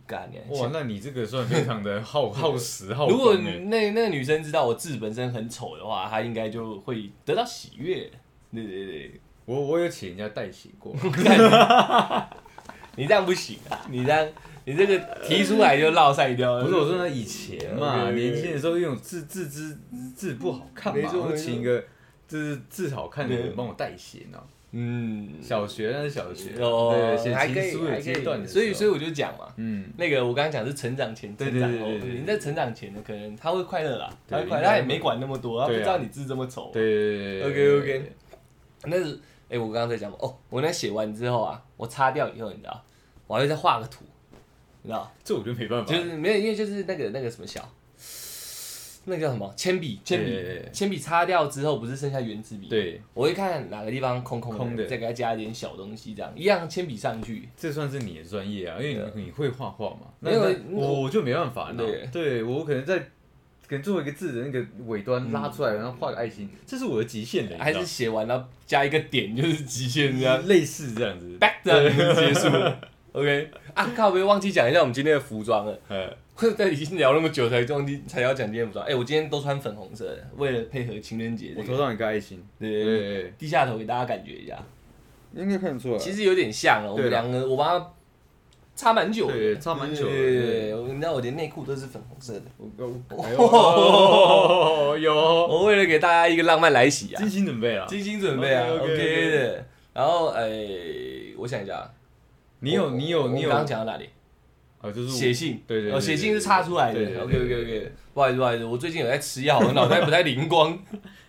Speaker 1: 干你啊！
Speaker 2: 哇，那你这个算非常的 耗耗时耗
Speaker 1: 如果
Speaker 2: 工欸
Speaker 1: 那那个女生知道我字本身很丑的话，她应该就会得到喜悦。对对对，
Speaker 2: 我我有请人家代写 过，
Speaker 1: 你这样不行啊！你这样，你这个提出来就落晒掉了。
Speaker 2: 不是我说那以前嘛，
Speaker 1: OK，OK
Speaker 2: 年轻的时候用字字字字不好看
Speaker 1: 没
Speaker 2: 嘛，
Speaker 1: 错
Speaker 2: 我
Speaker 1: 没错
Speaker 2: 请一个字字好看的人
Speaker 1: 对
Speaker 2: 帮我代写呢。
Speaker 1: 嗯，
Speaker 2: 小学那是小学，
Speaker 1: 哦
Speaker 2: 对，，写
Speaker 1: 还可
Speaker 2: 情
Speaker 1: 以，
Speaker 2: 书有
Speaker 1: 还可
Speaker 2: 阶段
Speaker 1: 以。
Speaker 2: 的，
Speaker 1: 所以，所以
Speaker 2: 以，
Speaker 1: 我就讲嘛，
Speaker 2: 嗯，
Speaker 1: 那个我刚刚讲是成长前、
Speaker 2: 对
Speaker 1: 成长后
Speaker 2: 对对对对，对
Speaker 1: 你在成长前呢，可能她会快乐啦，她
Speaker 2: 对
Speaker 1: 会快乐，
Speaker 2: 应该
Speaker 1: 她也没管那么多，她不
Speaker 2: 对啊
Speaker 1: 知道你字这么丑。
Speaker 2: 对对对对
Speaker 1: OK，OK 那是，哎、我刚刚在讲嘛哦，我那写完之后啊，我擦掉以后，你知道，我还会再画个图，你知道。
Speaker 2: 这我就没办法，
Speaker 1: 就是没有，因为就是那个那个什么小，那个叫什么铅笔，铅
Speaker 2: 对对
Speaker 1: 笔
Speaker 2: 对，
Speaker 1: 铅笔擦掉之后不是剩下原子笔？，
Speaker 2: 对，
Speaker 1: 我会看哪个地方空空
Speaker 2: 空的
Speaker 1: 再给它加一点小东西，这样一样铅笔上去。
Speaker 2: 这算是你的专业啊，因为你你会画画嘛，那
Speaker 1: 没有
Speaker 2: 那
Speaker 1: 我
Speaker 2: 我我就没办法呢
Speaker 1: 对，
Speaker 2: 对我可能在可能最后一个字的那个尾端拉出来，然后画个爱心，这是我的极限了，你知
Speaker 1: 嗯还
Speaker 2: 道
Speaker 1: 是啊写完然后加一个点就是极限这样
Speaker 2: 类似这样子，
Speaker 1: ，back 这样就结束了。OK 啊，靠，别忘记讲一下我们今天的服装了。
Speaker 2: 呃，
Speaker 1: 在已经聊那么久才忘记才要讲今天的服装。哎、我今天都穿粉红色的，为了配合情人节这
Speaker 2: 我
Speaker 1: 个。
Speaker 2: 头上有个爱心，
Speaker 1: 对
Speaker 2: 对
Speaker 1: 对对，
Speaker 2: 对，
Speaker 1: 低下头给大家感觉一下。
Speaker 2: 对应该看得出来
Speaker 1: 其实有点像啊了，我们
Speaker 2: 对啦
Speaker 1: 两个我帮他差蛮久的，
Speaker 2: 对差蛮久的
Speaker 1: 对对对对，我你知道我连内裤都是粉红色的，
Speaker 2: 我我哎呦 有
Speaker 1: 我为了给大家一个浪漫来袭啊
Speaker 2: 精，心准备了。
Speaker 1: 哎精心准备啊
Speaker 2: OK，OK，OK
Speaker 1: ，OK 的。然后哎，我想一下啊，
Speaker 2: 你有
Speaker 1: 我
Speaker 2: 你有
Speaker 1: 我
Speaker 2: 你有
Speaker 1: 我刚刚讲到哪里？
Speaker 2: 啊，就是我
Speaker 1: 写信，
Speaker 2: 对对对
Speaker 1: 哦，写信是插出来的
Speaker 2: 对对对
Speaker 1: ，OK OK OK。不好意思不好意思，我最近有在吃药，我脑袋不太灵 光，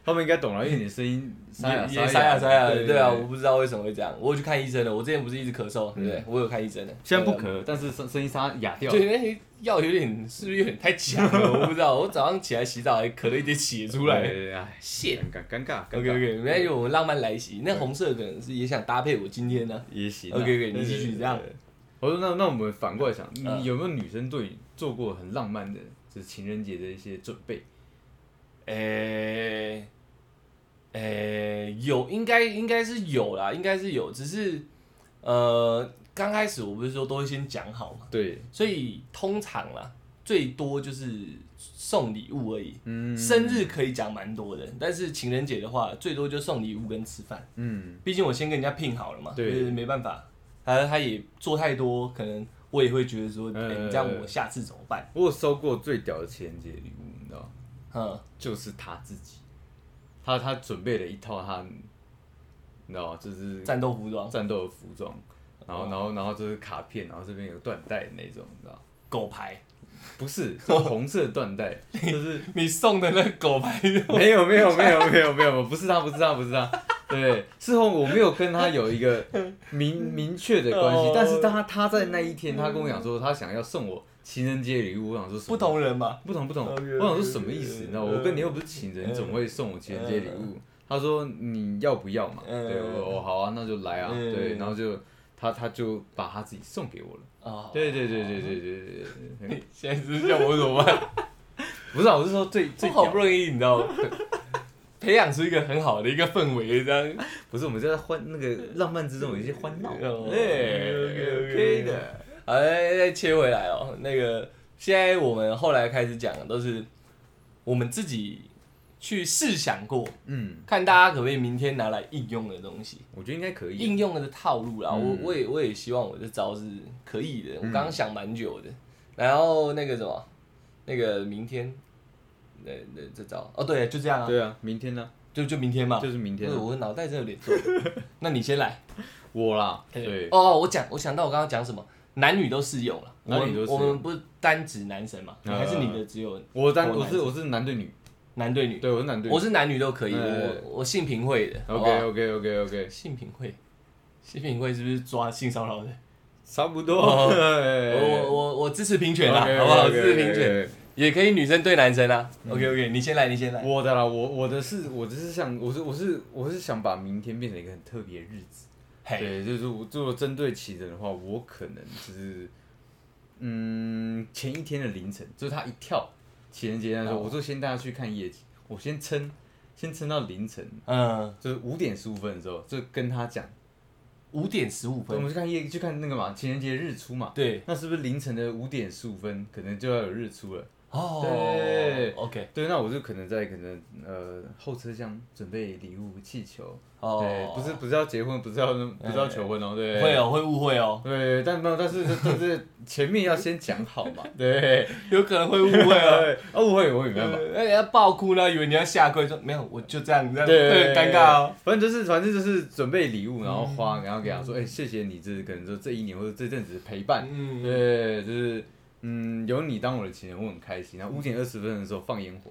Speaker 2: 他们应该懂了，因为你的声音沙哑
Speaker 1: 也塞呀塞呀，对啊，我
Speaker 2: 我
Speaker 1: 不知道为什么会这样，我有去看医生了，我之前不是一直咳嗽，对不对？我有看医生的，
Speaker 2: 虽然嗯不
Speaker 1: 对啊
Speaker 2: 咳，但是声声音沙哑掉。
Speaker 1: 对，那些药有点是不是有点太强了？我不知道。我早上起来洗澡还咳了一点血出
Speaker 2: 对
Speaker 1: 来。
Speaker 2: 对对哎，
Speaker 1: shit
Speaker 2: 尴尬尴尬
Speaker 1: OK OK，没关系，我们浪漫来袭。那红色可能是也想搭配我今天呢、
Speaker 2: 也行啊。
Speaker 1: OK，OK，你
Speaker 2: 对
Speaker 1: 继续
Speaker 2: 对对
Speaker 1: 这样
Speaker 2: 对我说那那我们反过来想，
Speaker 1: 嗯
Speaker 2: 你有没有女生对你做过很浪漫的，就是情人节的一些准备？
Speaker 1: 诶、诶、呃有应该应该是有啦，应该是有，只是呃，刚开始我不是说都会先讲好嘛，
Speaker 2: 对，
Speaker 1: 所以通常啦，最多就是送礼物而已。
Speaker 2: 嗯
Speaker 1: 生日可以讲蛮多的，但是情人节的话，最多就送礼物跟吃饭。
Speaker 2: 嗯，
Speaker 1: 毕竟我先跟人家拼好了嘛，
Speaker 2: 对
Speaker 1: 就是没办法，他他也做太多，可能我也会觉得说，哎、
Speaker 2: 呃
Speaker 1: 你这样我下次怎么办？
Speaker 2: 我有收过最屌的情人节礼物，你知道吗？
Speaker 1: 嗯，
Speaker 2: 就是他自己，他他准备了一套他，你知道吗？就是
Speaker 1: 战斗服装，
Speaker 2: 战斗的服装，然
Speaker 1: 哦
Speaker 2: 后然后然后就是卡片，然后这边有缎带的那种，你知道吗？
Speaker 1: 狗牌，
Speaker 2: 不是，是红色缎带，就是
Speaker 1: 你送的那个狗牌，
Speaker 2: 没有没有没有没有没有，不是他，不是他，不是他。对，事后我没有跟他有一个明明确的关系
Speaker 1: 哦，
Speaker 2: 但是当他他在那一天，他跟我讲说他想要送我情人节礼物，我想说 什
Speaker 1: 不
Speaker 2: 么
Speaker 1: 同哦人嘛，
Speaker 2: 不同不同，我
Speaker 1: OK，OK，
Speaker 2: 想说什么意思？
Speaker 1: 嗯
Speaker 2: 你知道，我跟你又不是情人，你怎么会送我情人节礼物？他说你要不要嘛？
Speaker 1: 嗯
Speaker 2: 对，我哦好啊，那就来啊。
Speaker 1: 嗯
Speaker 2: 对，然后就他他就把他自己送给我了。
Speaker 1: 哦，
Speaker 2: 对对对对对对对对对，
Speaker 1: 你 现在是叫我怎么办？
Speaker 2: 不是啊，我是说最 最
Speaker 1: 我好
Speaker 2: 屌
Speaker 1: 不，容易，你知道吗， 培养出一个很好的一个氛围，这样
Speaker 2: 不是我们在欢那个浪漫之中有一些欢闹，
Speaker 1: 哦
Speaker 2: 对
Speaker 1: OK，OK，OK
Speaker 2: ，OK 的，
Speaker 1: 好，再再哎切回来哦。那个，现在我们后来开始讲的都是我们自己去试想过，
Speaker 2: 嗯，
Speaker 1: 看大家可不可以明天拿来应用的东西，
Speaker 2: 我觉得应该可以，
Speaker 1: 应用的套路啦。
Speaker 2: 嗯
Speaker 1: 我我也我也希望我这招是可以的。我刚刚想蛮久的，然后那个什么，那个明天，那那这招哦，对，就这样啊，
Speaker 2: 对啊，明天呢，
Speaker 1: 就就明天嘛。
Speaker 2: 就是明天啊
Speaker 1: 对，我脑袋真的有点 钝。那你先来。
Speaker 2: 我啦，对，
Speaker 1: 哦，我讲，我想到我刚刚讲什么，男女都适用了。我
Speaker 2: 男女
Speaker 1: 们
Speaker 2: 都适
Speaker 1: 我
Speaker 2: 用
Speaker 1: 们不是单指男生嘛？
Speaker 2: 呃
Speaker 1: 还是你的只有
Speaker 2: 我单
Speaker 1: 我
Speaker 2: 我
Speaker 1: 男
Speaker 2: 是我是男对女，
Speaker 1: 男对女？
Speaker 2: 对我是男对女
Speaker 1: 我是男女都可以，
Speaker 2: 呃
Speaker 1: 我我性平会的。好不好
Speaker 2: ，OK OK OK OK，
Speaker 1: 性平会，谢品贵是不是抓性骚扰的？
Speaker 2: 差不多。
Speaker 1: 哦
Speaker 2: 哎
Speaker 1: 我我我我支持平权啦，
Speaker 2: OK，OK，OK，
Speaker 1: 好不好？支持平权，
Speaker 2: OK，OK，OK
Speaker 1: 也可以女生对男生啊。OK OK，你先来，你先来。
Speaker 2: 嗯我的啦，我我的是，我只是想，我是我是我是想把明天变成一个很特别的日子。
Speaker 1: 嘿，
Speaker 2: 对，就是我做针对其人的话，我可能就是，嗯，前一天的凌晨，就是他一跳情人节那时候，
Speaker 1: 哦
Speaker 2: 我就先带他去看夜景，我先撑，先撑到凌晨，
Speaker 1: 嗯，
Speaker 2: 就是五点十五分的时候，就跟他讲，
Speaker 1: 五点十五
Speaker 2: 我
Speaker 1: 分，
Speaker 2: 们去看夜，去看那个嘛，情人节日出嘛，
Speaker 1: 对，
Speaker 2: 那是不是凌晨的五点十五分，可能就要有日出了？
Speaker 1: 哦
Speaker 2: 对
Speaker 1: ，OK，
Speaker 2: 对，那我就可能在可能呃后车厢准备礼物、气球，
Speaker 1: 哦，
Speaker 2: 对，不是不是要结婚，不是要不是要求婚哦，对，
Speaker 1: 会哦，会误会哦，
Speaker 2: 对，但没有，但是 但是前面要先讲好嘛，对，
Speaker 1: 有可能会误会哦。
Speaker 2: 啊，误会我也没办法，
Speaker 1: 呃哎，要爆哭呢，以为你要下跪，说没有，我就这样，这样
Speaker 2: 对，
Speaker 1: 呃对，尴尬哦。。嗯
Speaker 2: 反正就是，反正就是准备礼物，然后花，然后给他说，哎，谢谢你，这可能说这一年或者这阵子的陪伴，
Speaker 1: 嗯，
Speaker 2: 对，就是嗯，有你当我的情人，我很开心。然后五点二十分的时候放烟火，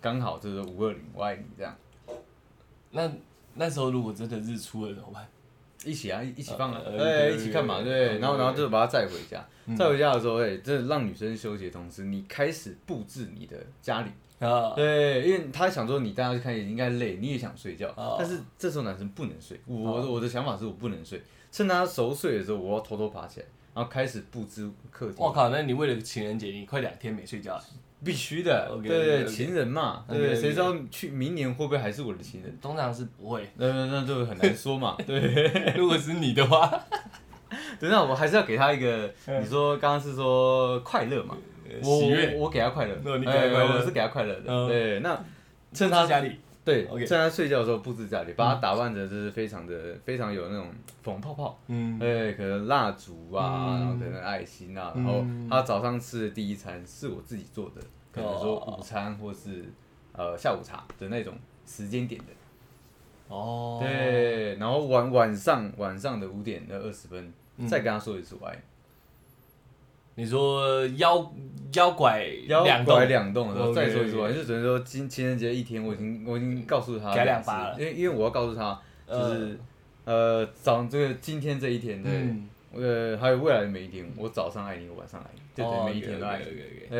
Speaker 2: 刚好就是五二零，我爱你这样，
Speaker 1: 那那时候如果真的日出了怎么办？
Speaker 2: 一起啊，一一起放啊，
Speaker 1: 呃
Speaker 2: 对，
Speaker 1: 对
Speaker 2: 一起看嘛，
Speaker 1: 对
Speaker 2: 对。
Speaker 1: 对
Speaker 2: 然后，然后就把他载回家，
Speaker 1: 嗯
Speaker 2: 载回家的时候，哎，这让女生休息的同时，你开始布置你的家里。
Speaker 1: 啊，
Speaker 2: 对，因为他想说你带他去看夜景应该累，你也想睡觉，
Speaker 1: 哦
Speaker 2: 但是这时候男生不能睡。我
Speaker 1: 哦
Speaker 2: 的我的想法是我不能睡，趁他熟睡的时候，我要偷偷爬起来，然后开始布置客厅
Speaker 1: 我。靠，那你为了情人节，你快两天没睡觉了。
Speaker 2: 必须的，
Speaker 1: OK，OK，OK
Speaker 2: 对对，情人嘛，
Speaker 1: OK，OK
Speaker 2: 对，谁知道去明年会不会还是我的 情人？
Speaker 1: 通常是不 会，
Speaker 2: 那那那就很难说 嘛。对，
Speaker 1: 如果是你的话，
Speaker 2: 等下我还是要给他一个，你说刚刚是说快乐嘛，我
Speaker 1: 嗯呃喜悦
Speaker 2: 我我给他快乐，
Speaker 1: 哦你给他快乐
Speaker 2: 哎我是给他快乐的。
Speaker 1: 嗯
Speaker 2: 对，那趁他
Speaker 1: 家里，
Speaker 2: 对
Speaker 1: OK
Speaker 2: 趁他睡觉的时候布置家里，把他打扮的就是非常的非常有那种粉泡泡，
Speaker 1: 嗯，
Speaker 2: 对，可能蜡烛啊，
Speaker 1: 嗯
Speaker 2: 然后可能爱心啊，
Speaker 1: 嗯
Speaker 2: 然后他早上吃的第一餐是我自己做的，可能说
Speaker 1: 哦
Speaker 2: 午餐或是呃下午茶的那种时间点的，
Speaker 1: 哦，，
Speaker 2: 对，然后晚晚上晚上的五点的二十分
Speaker 1: 嗯
Speaker 2: 再跟他说一次我爱你，
Speaker 1: 你说腰腰拐
Speaker 2: 腰
Speaker 1: 两
Speaker 2: 拐
Speaker 1: 栋，
Speaker 2: 两动的时候
Speaker 1: OK，
Speaker 2: 再说一次我爱
Speaker 1: OK
Speaker 2: 你，就只能说今情人节一天我已经我已经告诉他
Speaker 1: 给他
Speaker 2: 两
Speaker 1: 嗯两
Speaker 2: 次
Speaker 1: 巴了
Speaker 2: 因为因为我要告诉他就是呃早上这个今天这一天对。
Speaker 1: 嗯，
Speaker 2: 呃，还有未来的每一天，我早上爱你，我晚上爱你，
Speaker 1: 哦
Speaker 2: 就等于每一天都爱你。
Speaker 1: OK，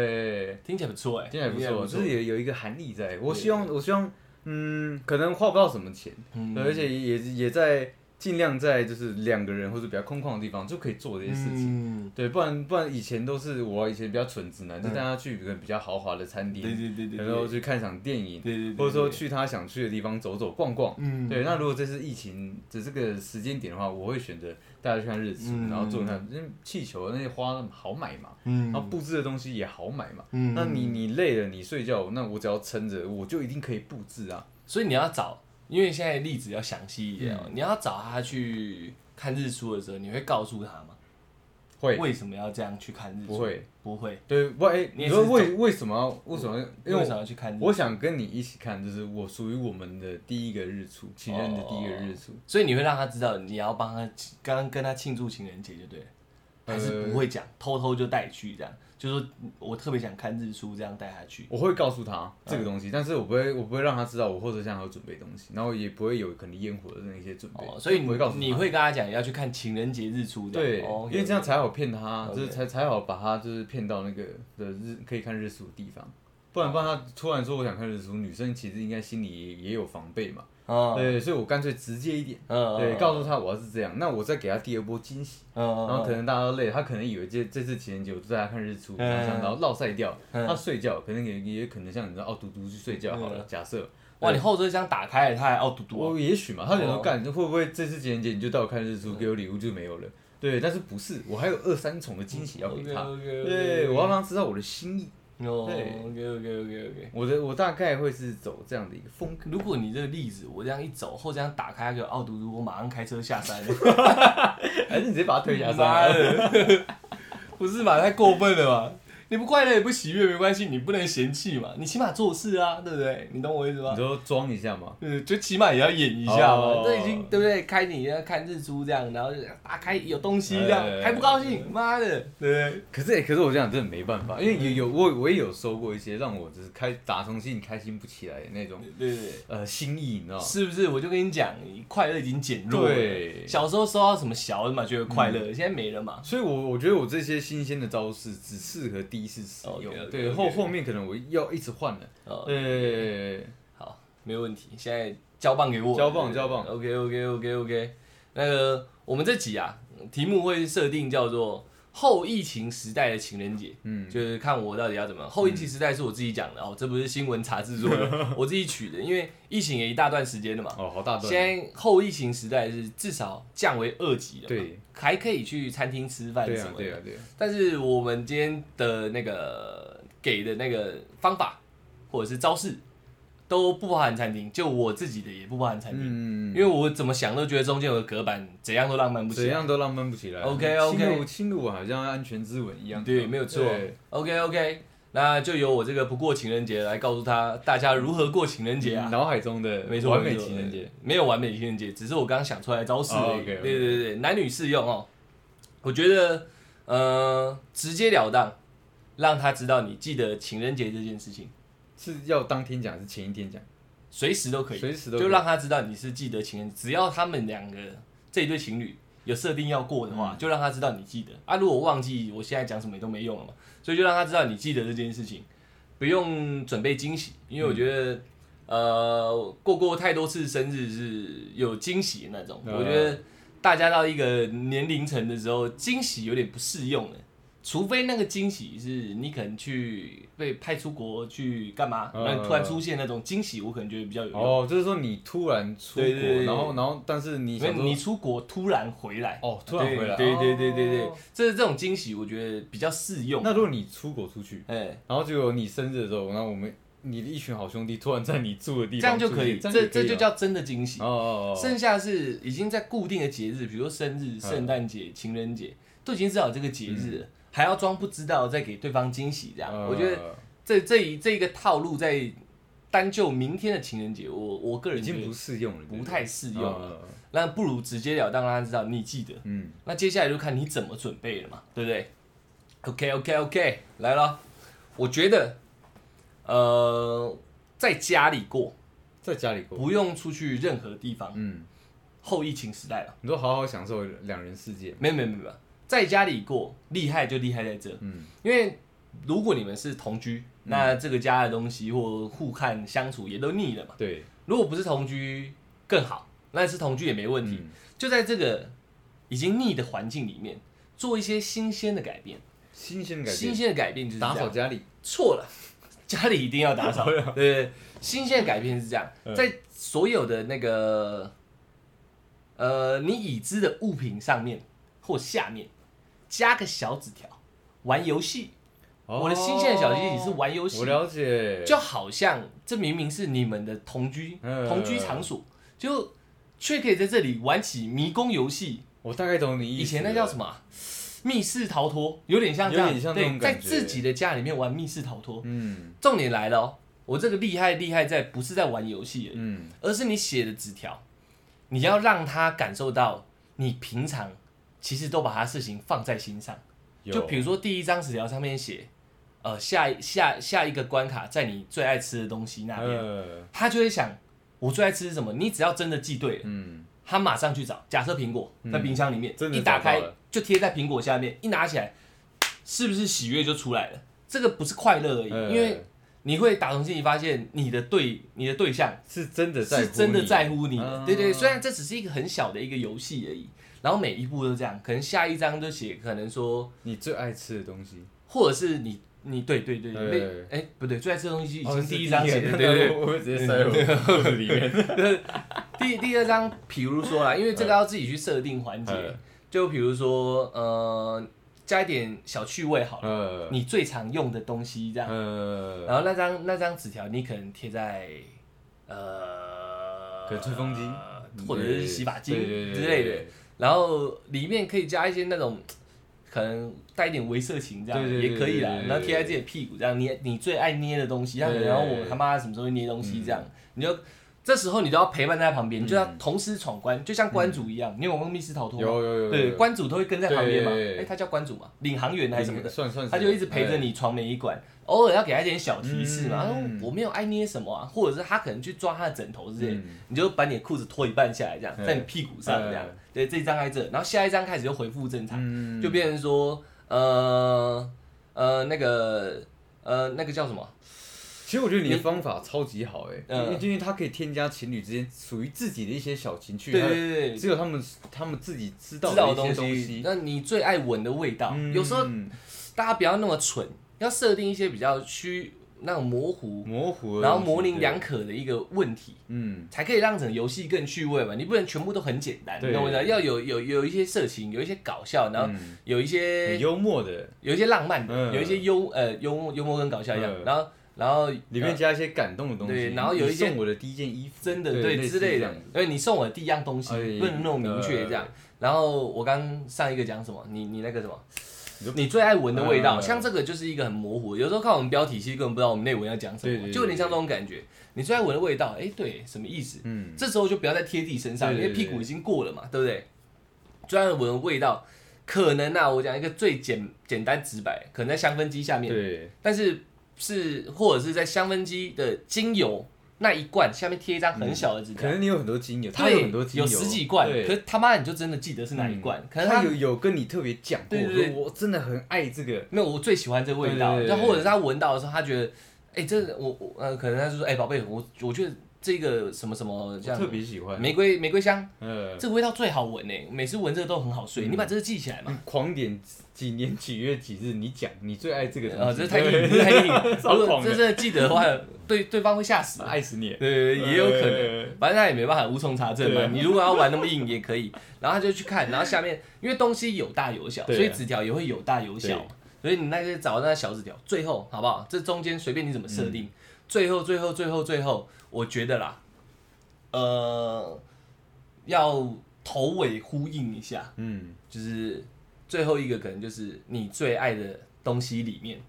Speaker 2: 哎，
Speaker 1: 听起来不错哎，
Speaker 2: 今天还不错，就是有有一个含义在。我
Speaker 1: 对
Speaker 2: 希望，我希望，嗯，可能花不到什么钱，
Speaker 1: 嗯
Speaker 2: 而且也也在尽量在就是两个人或者比较空旷的地方就可以做这些事情。
Speaker 1: 情，
Speaker 2: 对，不然不然以前都是我以前比较蠢直男，就
Speaker 1: 嗯
Speaker 2: 带他去一个比较豪华的餐
Speaker 1: 对
Speaker 2: 厅，
Speaker 1: 对对对，
Speaker 2: 然后去看场电影，
Speaker 1: 对对，
Speaker 2: 或者说，去他想去的地方走走逛逛。
Speaker 1: 嗯，
Speaker 2: 对，那如果这是疫情的这个时间点的话，我会选择大家去看日出，
Speaker 1: 嗯
Speaker 2: 然后做那因为气球那些花好买嘛，
Speaker 1: 嗯
Speaker 2: 然后布置的东西也好买嘛。
Speaker 1: 嗯
Speaker 2: 那你你累了，你睡觉，那我只要撑着，我就一定可以布置啊。
Speaker 1: 所以你要找，因为现在例子要详细一点
Speaker 2: 嗯
Speaker 1: 哦，你要找他去看日出的时候，你会告诉他吗？
Speaker 2: 会
Speaker 1: 为什么要这样去看日出？
Speaker 2: 不，会？
Speaker 1: 不会，
Speaker 2: 对，不，哎、
Speaker 1: 你
Speaker 2: 你
Speaker 1: 也
Speaker 2: 说
Speaker 1: 是
Speaker 2: 为为什么要为什么要？因
Speaker 1: 为
Speaker 2: 为
Speaker 1: 什
Speaker 2: 我
Speaker 1: 么要去看日出？
Speaker 2: 我想跟你一起看，就是我属于我们的第一个日出，情人的第一个日出。
Speaker 1: 所以你会让他知道你要帮他庆刚刚跟他庆祝情人节，就对了，
Speaker 2: 呃
Speaker 1: 还是不会讲，偷偷就带去这样，就说我特别想看日出，这样带他去。嗯
Speaker 2: 我会告诉他这个东西，但是我不会，我不会让他知道我后车厢还有准备东西，然后也不会有可能烟火的那些准备，
Speaker 1: 哦，所以
Speaker 2: 我
Speaker 1: 你
Speaker 2: 不会告诉他
Speaker 1: 你会跟他讲要去看情人节日出这
Speaker 2: 对
Speaker 1: 样，哦，
Speaker 2: 因为这样才好骗他，
Speaker 1: OK
Speaker 2: 就是才才好把他就是骗到那个的日可以看日出的地方，不然不然他突然说我想看日出，女生其实应该心里也也有防备嘛，
Speaker 1: 嗯
Speaker 2: 对，所以我干脆直接一点，
Speaker 1: 嗯，
Speaker 2: 啊对，
Speaker 1: 嗯
Speaker 2: 告诉他我要是这样，那我再给他第二波惊喜，
Speaker 1: 嗯，
Speaker 2: 然后可能大家都累，他可能以为这这次情人节我就带他看日出，
Speaker 1: 嗯
Speaker 2: 然后这样然后落晒掉，
Speaker 1: 嗯
Speaker 2: 他睡觉可能也也可能像你知道哦，嘟嘟去睡觉好了，假设。
Speaker 1: 哇，你后车厢打开了，他还傲嘟嘟哦，
Speaker 2: 我也许嘛，他有时候
Speaker 1: 哦嗯
Speaker 2: 干，会不会这次情人节你就带我看日出，给我礼物就没有了？对，但是不是，我还有二三重的惊喜要给
Speaker 1: 嗯
Speaker 2: 他。
Speaker 1: OK，OK，OK
Speaker 2: 对，我要让他知道我的心意。
Speaker 1: 哦
Speaker 2: 对
Speaker 1: ，OK OK OK OK。
Speaker 2: 我的我大概会是走这样的一个风格。
Speaker 1: 如果你这个例子，我这样一走，后车厢打开，他给我傲嘟嘟，我马上开车下山。
Speaker 2: 还是你直接把他推下山
Speaker 1: 妈
Speaker 2: 啊？
Speaker 1: 的，不是嘛？太过分了吧？你不快乐也不喜悦没关系，你不能嫌弃嘛，你起码做事啊，对不对？你懂我意思吗
Speaker 2: 你？都装一下嘛，
Speaker 1: 嗯，就起码也要演一下嘛
Speaker 2: 哦，
Speaker 1: 这已经对不对？开你要看日出这样，然后就打开有东西这样
Speaker 2: 哎，
Speaker 1: 还不高兴，妈的，对不对？
Speaker 2: 可是、欸可是我这样真的没办法，因为有有我我也有收过一些让我就是开打从心里开心不起来的那种
Speaker 1: 对对对，
Speaker 2: 呃心意，你知道吗？
Speaker 1: 是不是？我就跟你讲，你快乐已经减弱了。
Speaker 2: 对，嗯
Speaker 1: 小时候收到什么小的嘛，觉得快乐，现在没了嘛。
Speaker 2: 所以我，我觉得我这些新鲜的招式只适合第一次使用
Speaker 1: OK，OK，OK
Speaker 2: 对后后面可能我要一直换了。
Speaker 1: 哦，
Speaker 2: 对，
Speaker 1: 好，没问题。现在交棒给我，
Speaker 2: 交棒交棒
Speaker 1: OK OK OK OK。那个我们这集啊，题目会设定叫做后疫情时代的情人节。
Speaker 2: 嗯，
Speaker 1: 就是看我到底要怎么。后疫情时代是我自己讲的哦，这不是新闻查制作 的，我自己取的，因为疫情也一大段时间了嘛。
Speaker 2: 哦，好大段。
Speaker 1: 现在后疫情时代是至少降为二级了嘛，
Speaker 2: 对，
Speaker 1: 还可以去餐厅吃饭
Speaker 2: 对
Speaker 1: 什
Speaker 2: 啊
Speaker 1: 么，
Speaker 2: 对
Speaker 1: 的。
Speaker 2: 啊，对啊，
Speaker 1: 但是我们今天的那个给的那个方法或者是招式都不包含餐厅，就我自己的也不包含餐厅，
Speaker 2: 嗯，
Speaker 1: 因为我怎么想都觉得中间有个隔板，怎样都浪漫不起
Speaker 2: 怎
Speaker 1: 来。
Speaker 2: 样都浪漫不起来。嗯
Speaker 1: OK，OK
Speaker 2: 侵入侵入我好像安全之吻一样。
Speaker 1: 对，没有错
Speaker 2: 对。
Speaker 1: OK OK，那就由我这个不过情人节来告诉他大家如何过情人节啊。
Speaker 2: 嗯脑海中的
Speaker 1: 没错，
Speaker 2: 完美
Speaker 1: 错
Speaker 2: 情人节。
Speaker 1: 没有完美情人节，只是我刚刚想出来的招式而
Speaker 2: 哦
Speaker 1: 已。
Speaker 2: ，OK，OK
Speaker 1: 对对对，男女适用哦。我觉得呃，直截了当，让他知道你记得情人节这件事情，
Speaker 2: 是要当天讲，还是前一天讲？
Speaker 1: 随时都可以，
Speaker 2: 随时都
Speaker 1: 就
Speaker 2: 可以
Speaker 1: 让他知道你是记得情人，只要他们两个这一对情侣有设定要过的话，就让他知道你记得嗯啊。如果忘记，我现在讲什么也都没用了嘛，所以就让他知道你记得这件事情，不用准备惊喜，因为我觉得、呃，过过太多次生日是有惊喜的那种，
Speaker 2: 嗯
Speaker 1: 我觉得大家到一个年龄层的时候，惊喜有点不适用了。除非那个惊喜是你可能去被派出国去干嘛，
Speaker 2: 嗯
Speaker 1: 然后突然出现那种惊喜，我可能觉得比较有用。
Speaker 2: 哦，就是说你突然出
Speaker 1: 对对对
Speaker 2: 国，然后然后但是你
Speaker 1: 所以
Speaker 2: 想说
Speaker 1: 你出国突然回来，
Speaker 2: 哦突然回来，
Speaker 1: 对对对对对对
Speaker 2: 哦，
Speaker 1: 这这种惊喜我觉得比较适用。
Speaker 2: 那如果你出国出去，
Speaker 1: 哎，
Speaker 2: 然后结果你生日的时候，然后我们你的一群好兄弟突然在你住的地
Speaker 1: 这样
Speaker 2: 方出
Speaker 1: 就
Speaker 2: 现，
Speaker 1: 可以，
Speaker 2: 样
Speaker 1: 这
Speaker 2: 也可
Speaker 1: 这
Speaker 2: 以
Speaker 1: 就
Speaker 2: 哦
Speaker 1: 叫真的惊喜
Speaker 2: 哦。哦哦，
Speaker 1: 剩下是已经在固定的节日，比如说生日、圣诞节、情人节，都已经知道有这个节日了，还要装不知道再给对方惊喜，这样
Speaker 2: 呃
Speaker 1: 啊我觉得这这一这一个套路在单就明天的情人节，我我个
Speaker 2: 已
Speaker 1: 人觉
Speaker 2: 经
Speaker 1: 得
Speaker 2: 不适用了，对
Speaker 1: 不嗯
Speaker 2: 对
Speaker 1: 太适用了。
Speaker 2: 呃
Speaker 1: 那不如直截了当让他知道你记得。
Speaker 2: 嗯，
Speaker 1: 那接下来就看你怎么准备了嘛，对不对？OK OK OK，来了，我觉得，呃，在家里过，
Speaker 2: 在家里过，
Speaker 1: 不用出去任何地方，
Speaker 2: 嗯，
Speaker 1: 后疫情时代了，
Speaker 2: 你都好好享受两人世界嘛，
Speaker 1: 没有没有没有没有，在家里过，厉害就厉害在这，
Speaker 2: 嗯，
Speaker 1: 因为如果你们是同居，那这个家的东
Speaker 2: 嗯
Speaker 1: 西或互看相处也都腻了嘛。
Speaker 2: 对，
Speaker 1: 如果不是同居更好，那是同居也没问题。
Speaker 2: 嗯
Speaker 1: 就在这个已经腻的环境里面，做一些新鲜的改变。
Speaker 2: 新鲜感，
Speaker 1: 新鲜的改变就是这样
Speaker 2: 打扫家里，
Speaker 1: 错了， 家里一定要打扫。 对对，新鲜的改变是这样，
Speaker 2: 嗯
Speaker 1: 在所有的那个呃你已知的物品上面或下面加个小纸条，玩游戏。
Speaker 2: 哦
Speaker 1: 我的新鲜的小提醒是玩游戏
Speaker 2: 我，了解，
Speaker 1: 就好像这明明是你们的同居
Speaker 2: 嗯
Speaker 1: 同居场所，就却可以在这里玩起迷宫游戏。
Speaker 2: 我大概懂你意思，
Speaker 1: 以前那叫什么
Speaker 2: 么？
Speaker 1: 啊、密室逃脱，有点像这
Speaker 2: 有
Speaker 1: 样，
Speaker 2: 点像那
Speaker 1: 对，
Speaker 2: 种
Speaker 1: 在
Speaker 2: 感觉
Speaker 1: 自己的家里面玩密室逃脱。
Speaker 2: 嗯
Speaker 1: 重点来了哦，我这个厉害厉害在不是在玩游戏而已，
Speaker 2: 嗯，
Speaker 1: 而是你写的纸条，你要让他感受到你平常其实都把他事情放在心上。
Speaker 2: 有
Speaker 1: 就比如说第一张纸条上面写，呃，下一下下一个关卡在你最爱吃的东西那边，
Speaker 2: 呃
Speaker 1: 他就会想我最爱吃是什么？你只要真的记对了，
Speaker 2: 嗯，
Speaker 1: 他马上去找。假设苹果在冰箱里面，
Speaker 2: 真的
Speaker 1: 一打
Speaker 2: 找到
Speaker 1: 开
Speaker 2: 了
Speaker 1: 就贴在苹果下面，一拿起来，是不是喜悦就出来了？这个不是快乐而已，
Speaker 2: 呃
Speaker 1: 因为你会打从心里发现你的对你的对象
Speaker 2: 是真的在乎
Speaker 1: 是
Speaker 2: 你，
Speaker 1: 真的在乎你的，
Speaker 2: 嗯
Speaker 1: 对对。虽然这只是一个很小的一个游戏而已，然后每一步都这样，可能下一章就写，可能说，
Speaker 2: 你最爱吃的东西，
Speaker 1: 或者是你你对对对，
Speaker 2: 对
Speaker 1: 类
Speaker 2: 对
Speaker 1: 哎、不对，最爱吃的东西已
Speaker 2: 哦
Speaker 1: 经
Speaker 2: 是
Speaker 1: 第一章写的，
Speaker 2: 了
Speaker 1: 对对对。
Speaker 2: 我会直接塞入裤子里面。
Speaker 1: 第第二章，比如说啦，因为这个要自己去设定环节
Speaker 2: 嗯，
Speaker 1: 就比如说呃，加一点小趣味好了，
Speaker 2: 呃
Speaker 1: 你啊最常用的东西这样。
Speaker 2: 呃，
Speaker 1: 然后那张那张纸条，你可能贴在呃，
Speaker 2: 可能吹风机
Speaker 1: 或者是洗发精
Speaker 2: 对对对
Speaker 1: 之类的。然后里面可以加一些那种可能带一点微色情这样
Speaker 2: 对对对
Speaker 1: 也可以啦
Speaker 2: 对对，对
Speaker 1: 然后贴在自己的屁股这样捏你最爱捏的东西，像
Speaker 2: 对对嗯
Speaker 1: 然后
Speaker 2: 对
Speaker 1: 我
Speaker 2: 对
Speaker 1: 他妈什么时候会捏东西这样，你就这时候你都要陪伴在他旁
Speaker 2: 嗯
Speaker 1: 边，你就要同时闯关，就像关主一样，你有玩过密室逃脱
Speaker 2: 有
Speaker 1: 吗？
Speaker 2: 有有有，
Speaker 1: 对，
Speaker 2: 有
Speaker 1: 关主都会跟在旁边嘛
Speaker 2: 对对，对
Speaker 1: 哎，他叫关主嘛，领航员还是什么的，
Speaker 2: 算算是，
Speaker 1: 他就一直陪着你闯每一关，偶尔要给他一点小提示嘛，
Speaker 2: 嗯
Speaker 1: 他说我没有爱捏什么啊，或者是他可能去抓他的枕头之类的
Speaker 2: 嗯，
Speaker 1: 你就把你的裤子脱一半下来，这样
Speaker 2: 嗯
Speaker 1: 在你屁股上这样
Speaker 2: 嗯，
Speaker 1: 对，这一张在这，然后下一张开始就恢复正
Speaker 2: 哎，
Speaker 1: 常，
Speaker 2: 嗯，
Speaker 1: 就变成说，呃呃那个呃那个叫什么？
Speaker 2: 其实我觉得你的方法超级好哎、
Speaker 1: 嗯
Speaker 2: 因为因为它可以添加情侣之间属于自己的一些小情趣，
Speaker 1: 对
Speaker 2: 还
Speaker 1: 对
Speaker 2: 有
Speaker 1: 对对，
Speaker 2: 只有他们他们自己知道
Speaker 1: 知道的
Speaker 2: 的一
Speaker 1: 东
Speaker 2: 些
Speaker 1: 西，那你最爱闻的味道，
Speaker 2: 嗯
Speaker 1: 有时候大家不要那么蠢，要设定一些比较虚那种模糊，
Speaker 2: 模糊的东西，
Speaker 1: 然后模棱
Speaker 2: 对，
Speaker 1: 两可的一个问题。
Speaker 2: 嗯，
Speaker 1: 才可以让整个游戏更趣味嘛。你不能全部都很简单，
Speaker 2: 对
Speaker 1: 你懂我意思吗？要有有有一些色情，有一些搞笑，然后
Speaker 2: 嗯
Speaker 1: 有一些、
Speaker 2: 很幽默的，
Speaker 1: 有一些浪漫的，
Speaker 2: 嗯
Speaker 1: 有一些幽呃幽默幽默跟搞笑一样，
Speaker 2: 嗯
Speaker 1: 然后然后
Speaker 2: 里面
Speaker 1: 呃
Speaker 2: 加一些感动的东西，
Speaker 1: 对然后有一些
Speaker 2: 你送我的第一件衣服，
Speaker 1: 真的
Speaker 2: 对
Speaker 1: 对之类的
Speaker 2: 的，，
Speaker 1: 因为你送我第一样东西，
Speaker 2: 哎
Speaker 1: 不能那么明确这样。然后我刚上一个讲什么？你你那个什么
Speaker 2: 你说？
Speaker 1: 你最爱闻的味道，
Speaker 2: 嗯
Speaker 1: 像这个就是一个很模糊的。有时候看我们标题，其实根本不知道我们内文要讲什
Speaker 2: 对对
Speaker 1: 么，
Speaker 2: 对
Speaker 1: 就有点像这种感觉。你最爱闻的味道，哎，对，什么意思？
Speaker 2: 嗯，
Speaker 1: 这时候就不要再贴地身上，
Speaker 2: 对
Speaker 1: 因
Speaker 2: 对对
Speaker 1: 为屁股已经过了嘛，对不对？专门闻味道，可能啊，我讲一个最简简单直白，可能在香氛机下面，
Speaker 2: 对，
Speaker 1: 但是是或者是在香氛机的精油那一罐下面贴一张很小的纸
Speaker 2: 可
Speaker 1: 条，
Speaker 2: 能你有很多精油，它
Speaker 1: 对，
Speaker 2: 很多精油，
Speaker 1: 十几罐，
Speaker 2: 对
Speaker 1: 可是他妈你就真的记得是哪一罐？可能
Speaker 2: 他
Speaker 1: 他
Speaker 2: 有有跟你特别讲过，
Speaker 1: 对对对
Speaker 2: 说我真的很爱这个，
Speaker 1: 没有，我最喜欢这个味道，
Speaker 2: 对对
Speaker 1: 就
Speaker 2: 对
Speaker 1: 或者是他闻到的时候，他觉得，哎，这我我呃，可能他就说，哎，宝贝，我我觉得这个什么什么这
Speaker 2: 我
Speaker 1: 样
Speaker 2: 特别喜欢，
Speaker 1: 玫瑰玫瑰香。
Speaker 2: 呃，
Speaker 1: 这个味道最好闻诶、每次闻这个都很好睡。
Speaker 2: 嗯
Speaker 1: 你把这个记起来嘛。
Speaker 2: 狂点几年几月几日，你讲你最爱这个
Speaker 1: 啊，
Speaker 2: 东西，
Speaker 1: 这是太硬，这是太硬。
Speaker 2: 超
Speaker 1: 如果
Speaker 2: 狂的
Speaker 1: 这真的记得的话，对对方会吓死。
Speaker 2: 爱死你，
Speaker 1: 对，也有可
Speaker 2: 呃
Speaker 1: 能，反正他也没办法，无从查证嘛
Speaker 2: 对。啊
Speaker 1: 你如果要玩那么硬也可以，然后他就去看，然后下面因为东西有大有小，所
Speaker 2: 对啊
Speaker 1: 以纸条也会有大有小
Speaker 2: 对，
Speaker 1: 所以你那些找那小纸条，最后好不好？这中间随便你怎么设
Speaker 2: 嗯
Speaker 1: 定，最后最后最后最后，我觉得啦，呃，要头尾呼应一下，
Speaker 2: 嗯
Speaker 1: 就是最后一个可能就是你最爱的东西里面，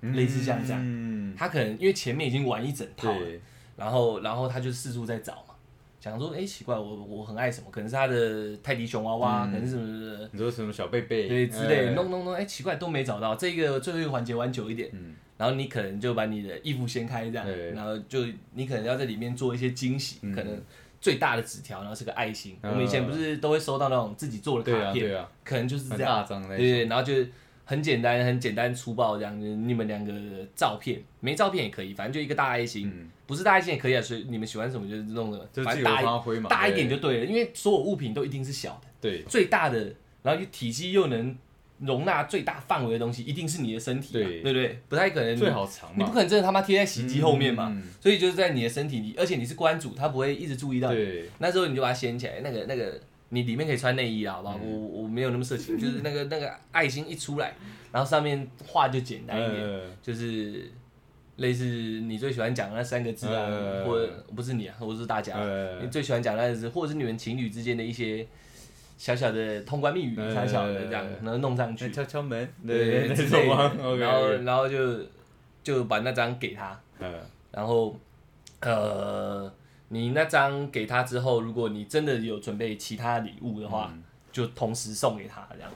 Speaker 1: 类似像这样
Speaker 2: 嗯，
Speaker 1: 他可能因为前面已经玩一整套了，
Speaker 2: 对，
Speaker 1: 然后然后他就四处在找嘛，想说哎、诶奇怪，我我很爱什么？可能是他的泰迪熊娃娃，
Speaker 2: 嗯
Speaker 1: 可能是什么什么什么
Speaker 2: 你说什么小贝贝，
Speaker 1: 对之类的，
Speaker 2: 呃
Speaker 1: 弄弄弄，哎、奇怪都没找到，这个最后一个环节玩久一点，
Speaker 2: 嗯
Speaker 1: 然后你可能就把你的衣服掀开这样
Speaker 2: 对，
Speaker 1: 然后就你可能要在里面做一些惊喜，
Speaker 2: 嗯
Speaker 1: 可能最大的纸条，然后是个爱心。
Speaker 2: 嗯
Speaker 1: 我们以前不是都会收到那种自己做的
Speaker 2: 对
Speaker 1: 卡
Speaker 2: 啊
Speaker 1: 片，
Speaker 2: 对啊，
Speaker 1: 可能就是这
Speaker 2: 很
Speaker 1: 样。
Speaker 2: 大张的那
Speaker 1: 对
Speaker 2: 种，
Speaker 1: 对，然后就是很简单、很简单粗暴这样，就是你们两个照片，没照片也可以，反正就一个大爱心，
Speaker 2: 嗯，
Speaker 1: 不是大爱心也可以啊，所以你们喜欢什么就是弄的，
Speaker 2: 就
Speaker 1: 反
Speaker 2: 自
Speaker 1: 正
Speaker 2: 由
Speaker 1: 大一
Speaker 2: 发挥嘛，
Speaker 1: 大一
Speaker 2: 对
Speaker 1: 点就对了，因为所有物品都一定是小的，
Speaker 2: 对
Speaker 1: 最大的，然后又体积又能容纳最大范围的东西，一定是你的身体嘛，
Speaker 2: 对
Speaker 1: 对不对？不太可能，
Speaker 2: 最好藏
Speaker 1: 嗯你不
Speaker 2: 嘛，
Speaker 1: 可能真的他妈贴在洗衣机后面嘛，
Speaker 2: 嗯，嗯
Speaker 1: 所以就是在你的身体里，而且你是关主，他不会一直注意到你。
Speaker 2: 对，
Speaker 1: 那时候你就把它掀起来，那个那个你里面可以穿内衣啊，好不好？
Speaker 2: 嗯
Speaker 1: 我我没有那么色 情，就是那个那个爱心一出来，然后上面画就简单一点，
Speaker 2: 呃，
Speaker 1: 就是类似你最喜欢讲的那三个字啊，
Speaker 2: 呃
Speaker 1: 或不是你啊，我是大家，
Speaker 2: 呃
Speaker 1: 你最喜欢讲的那个字，或者是你们情侣之间的一些小小的通关密语，
Speaker 2: 呃
Speaker 1: 小小的这样，然后弄上去
Speaker 2: 那，敲敲门，
Speaker 1: 对
Speaker 2: 那
Speaker 1: 之
Speaker 2: 种
Speaker 1: 类
Speaker 2: 吗
Speaker 1: 的，
Speaker 2: ？OK，
Speaker 1: 然后然后就就把那张给他，
Speaker 2: 呃，
Speaker 1: 然后呃，你那张给他之后，如果你真的有准备其他礼物的话，
Speaker 2: 嗯
Speaker 1: 就同时送给他这样。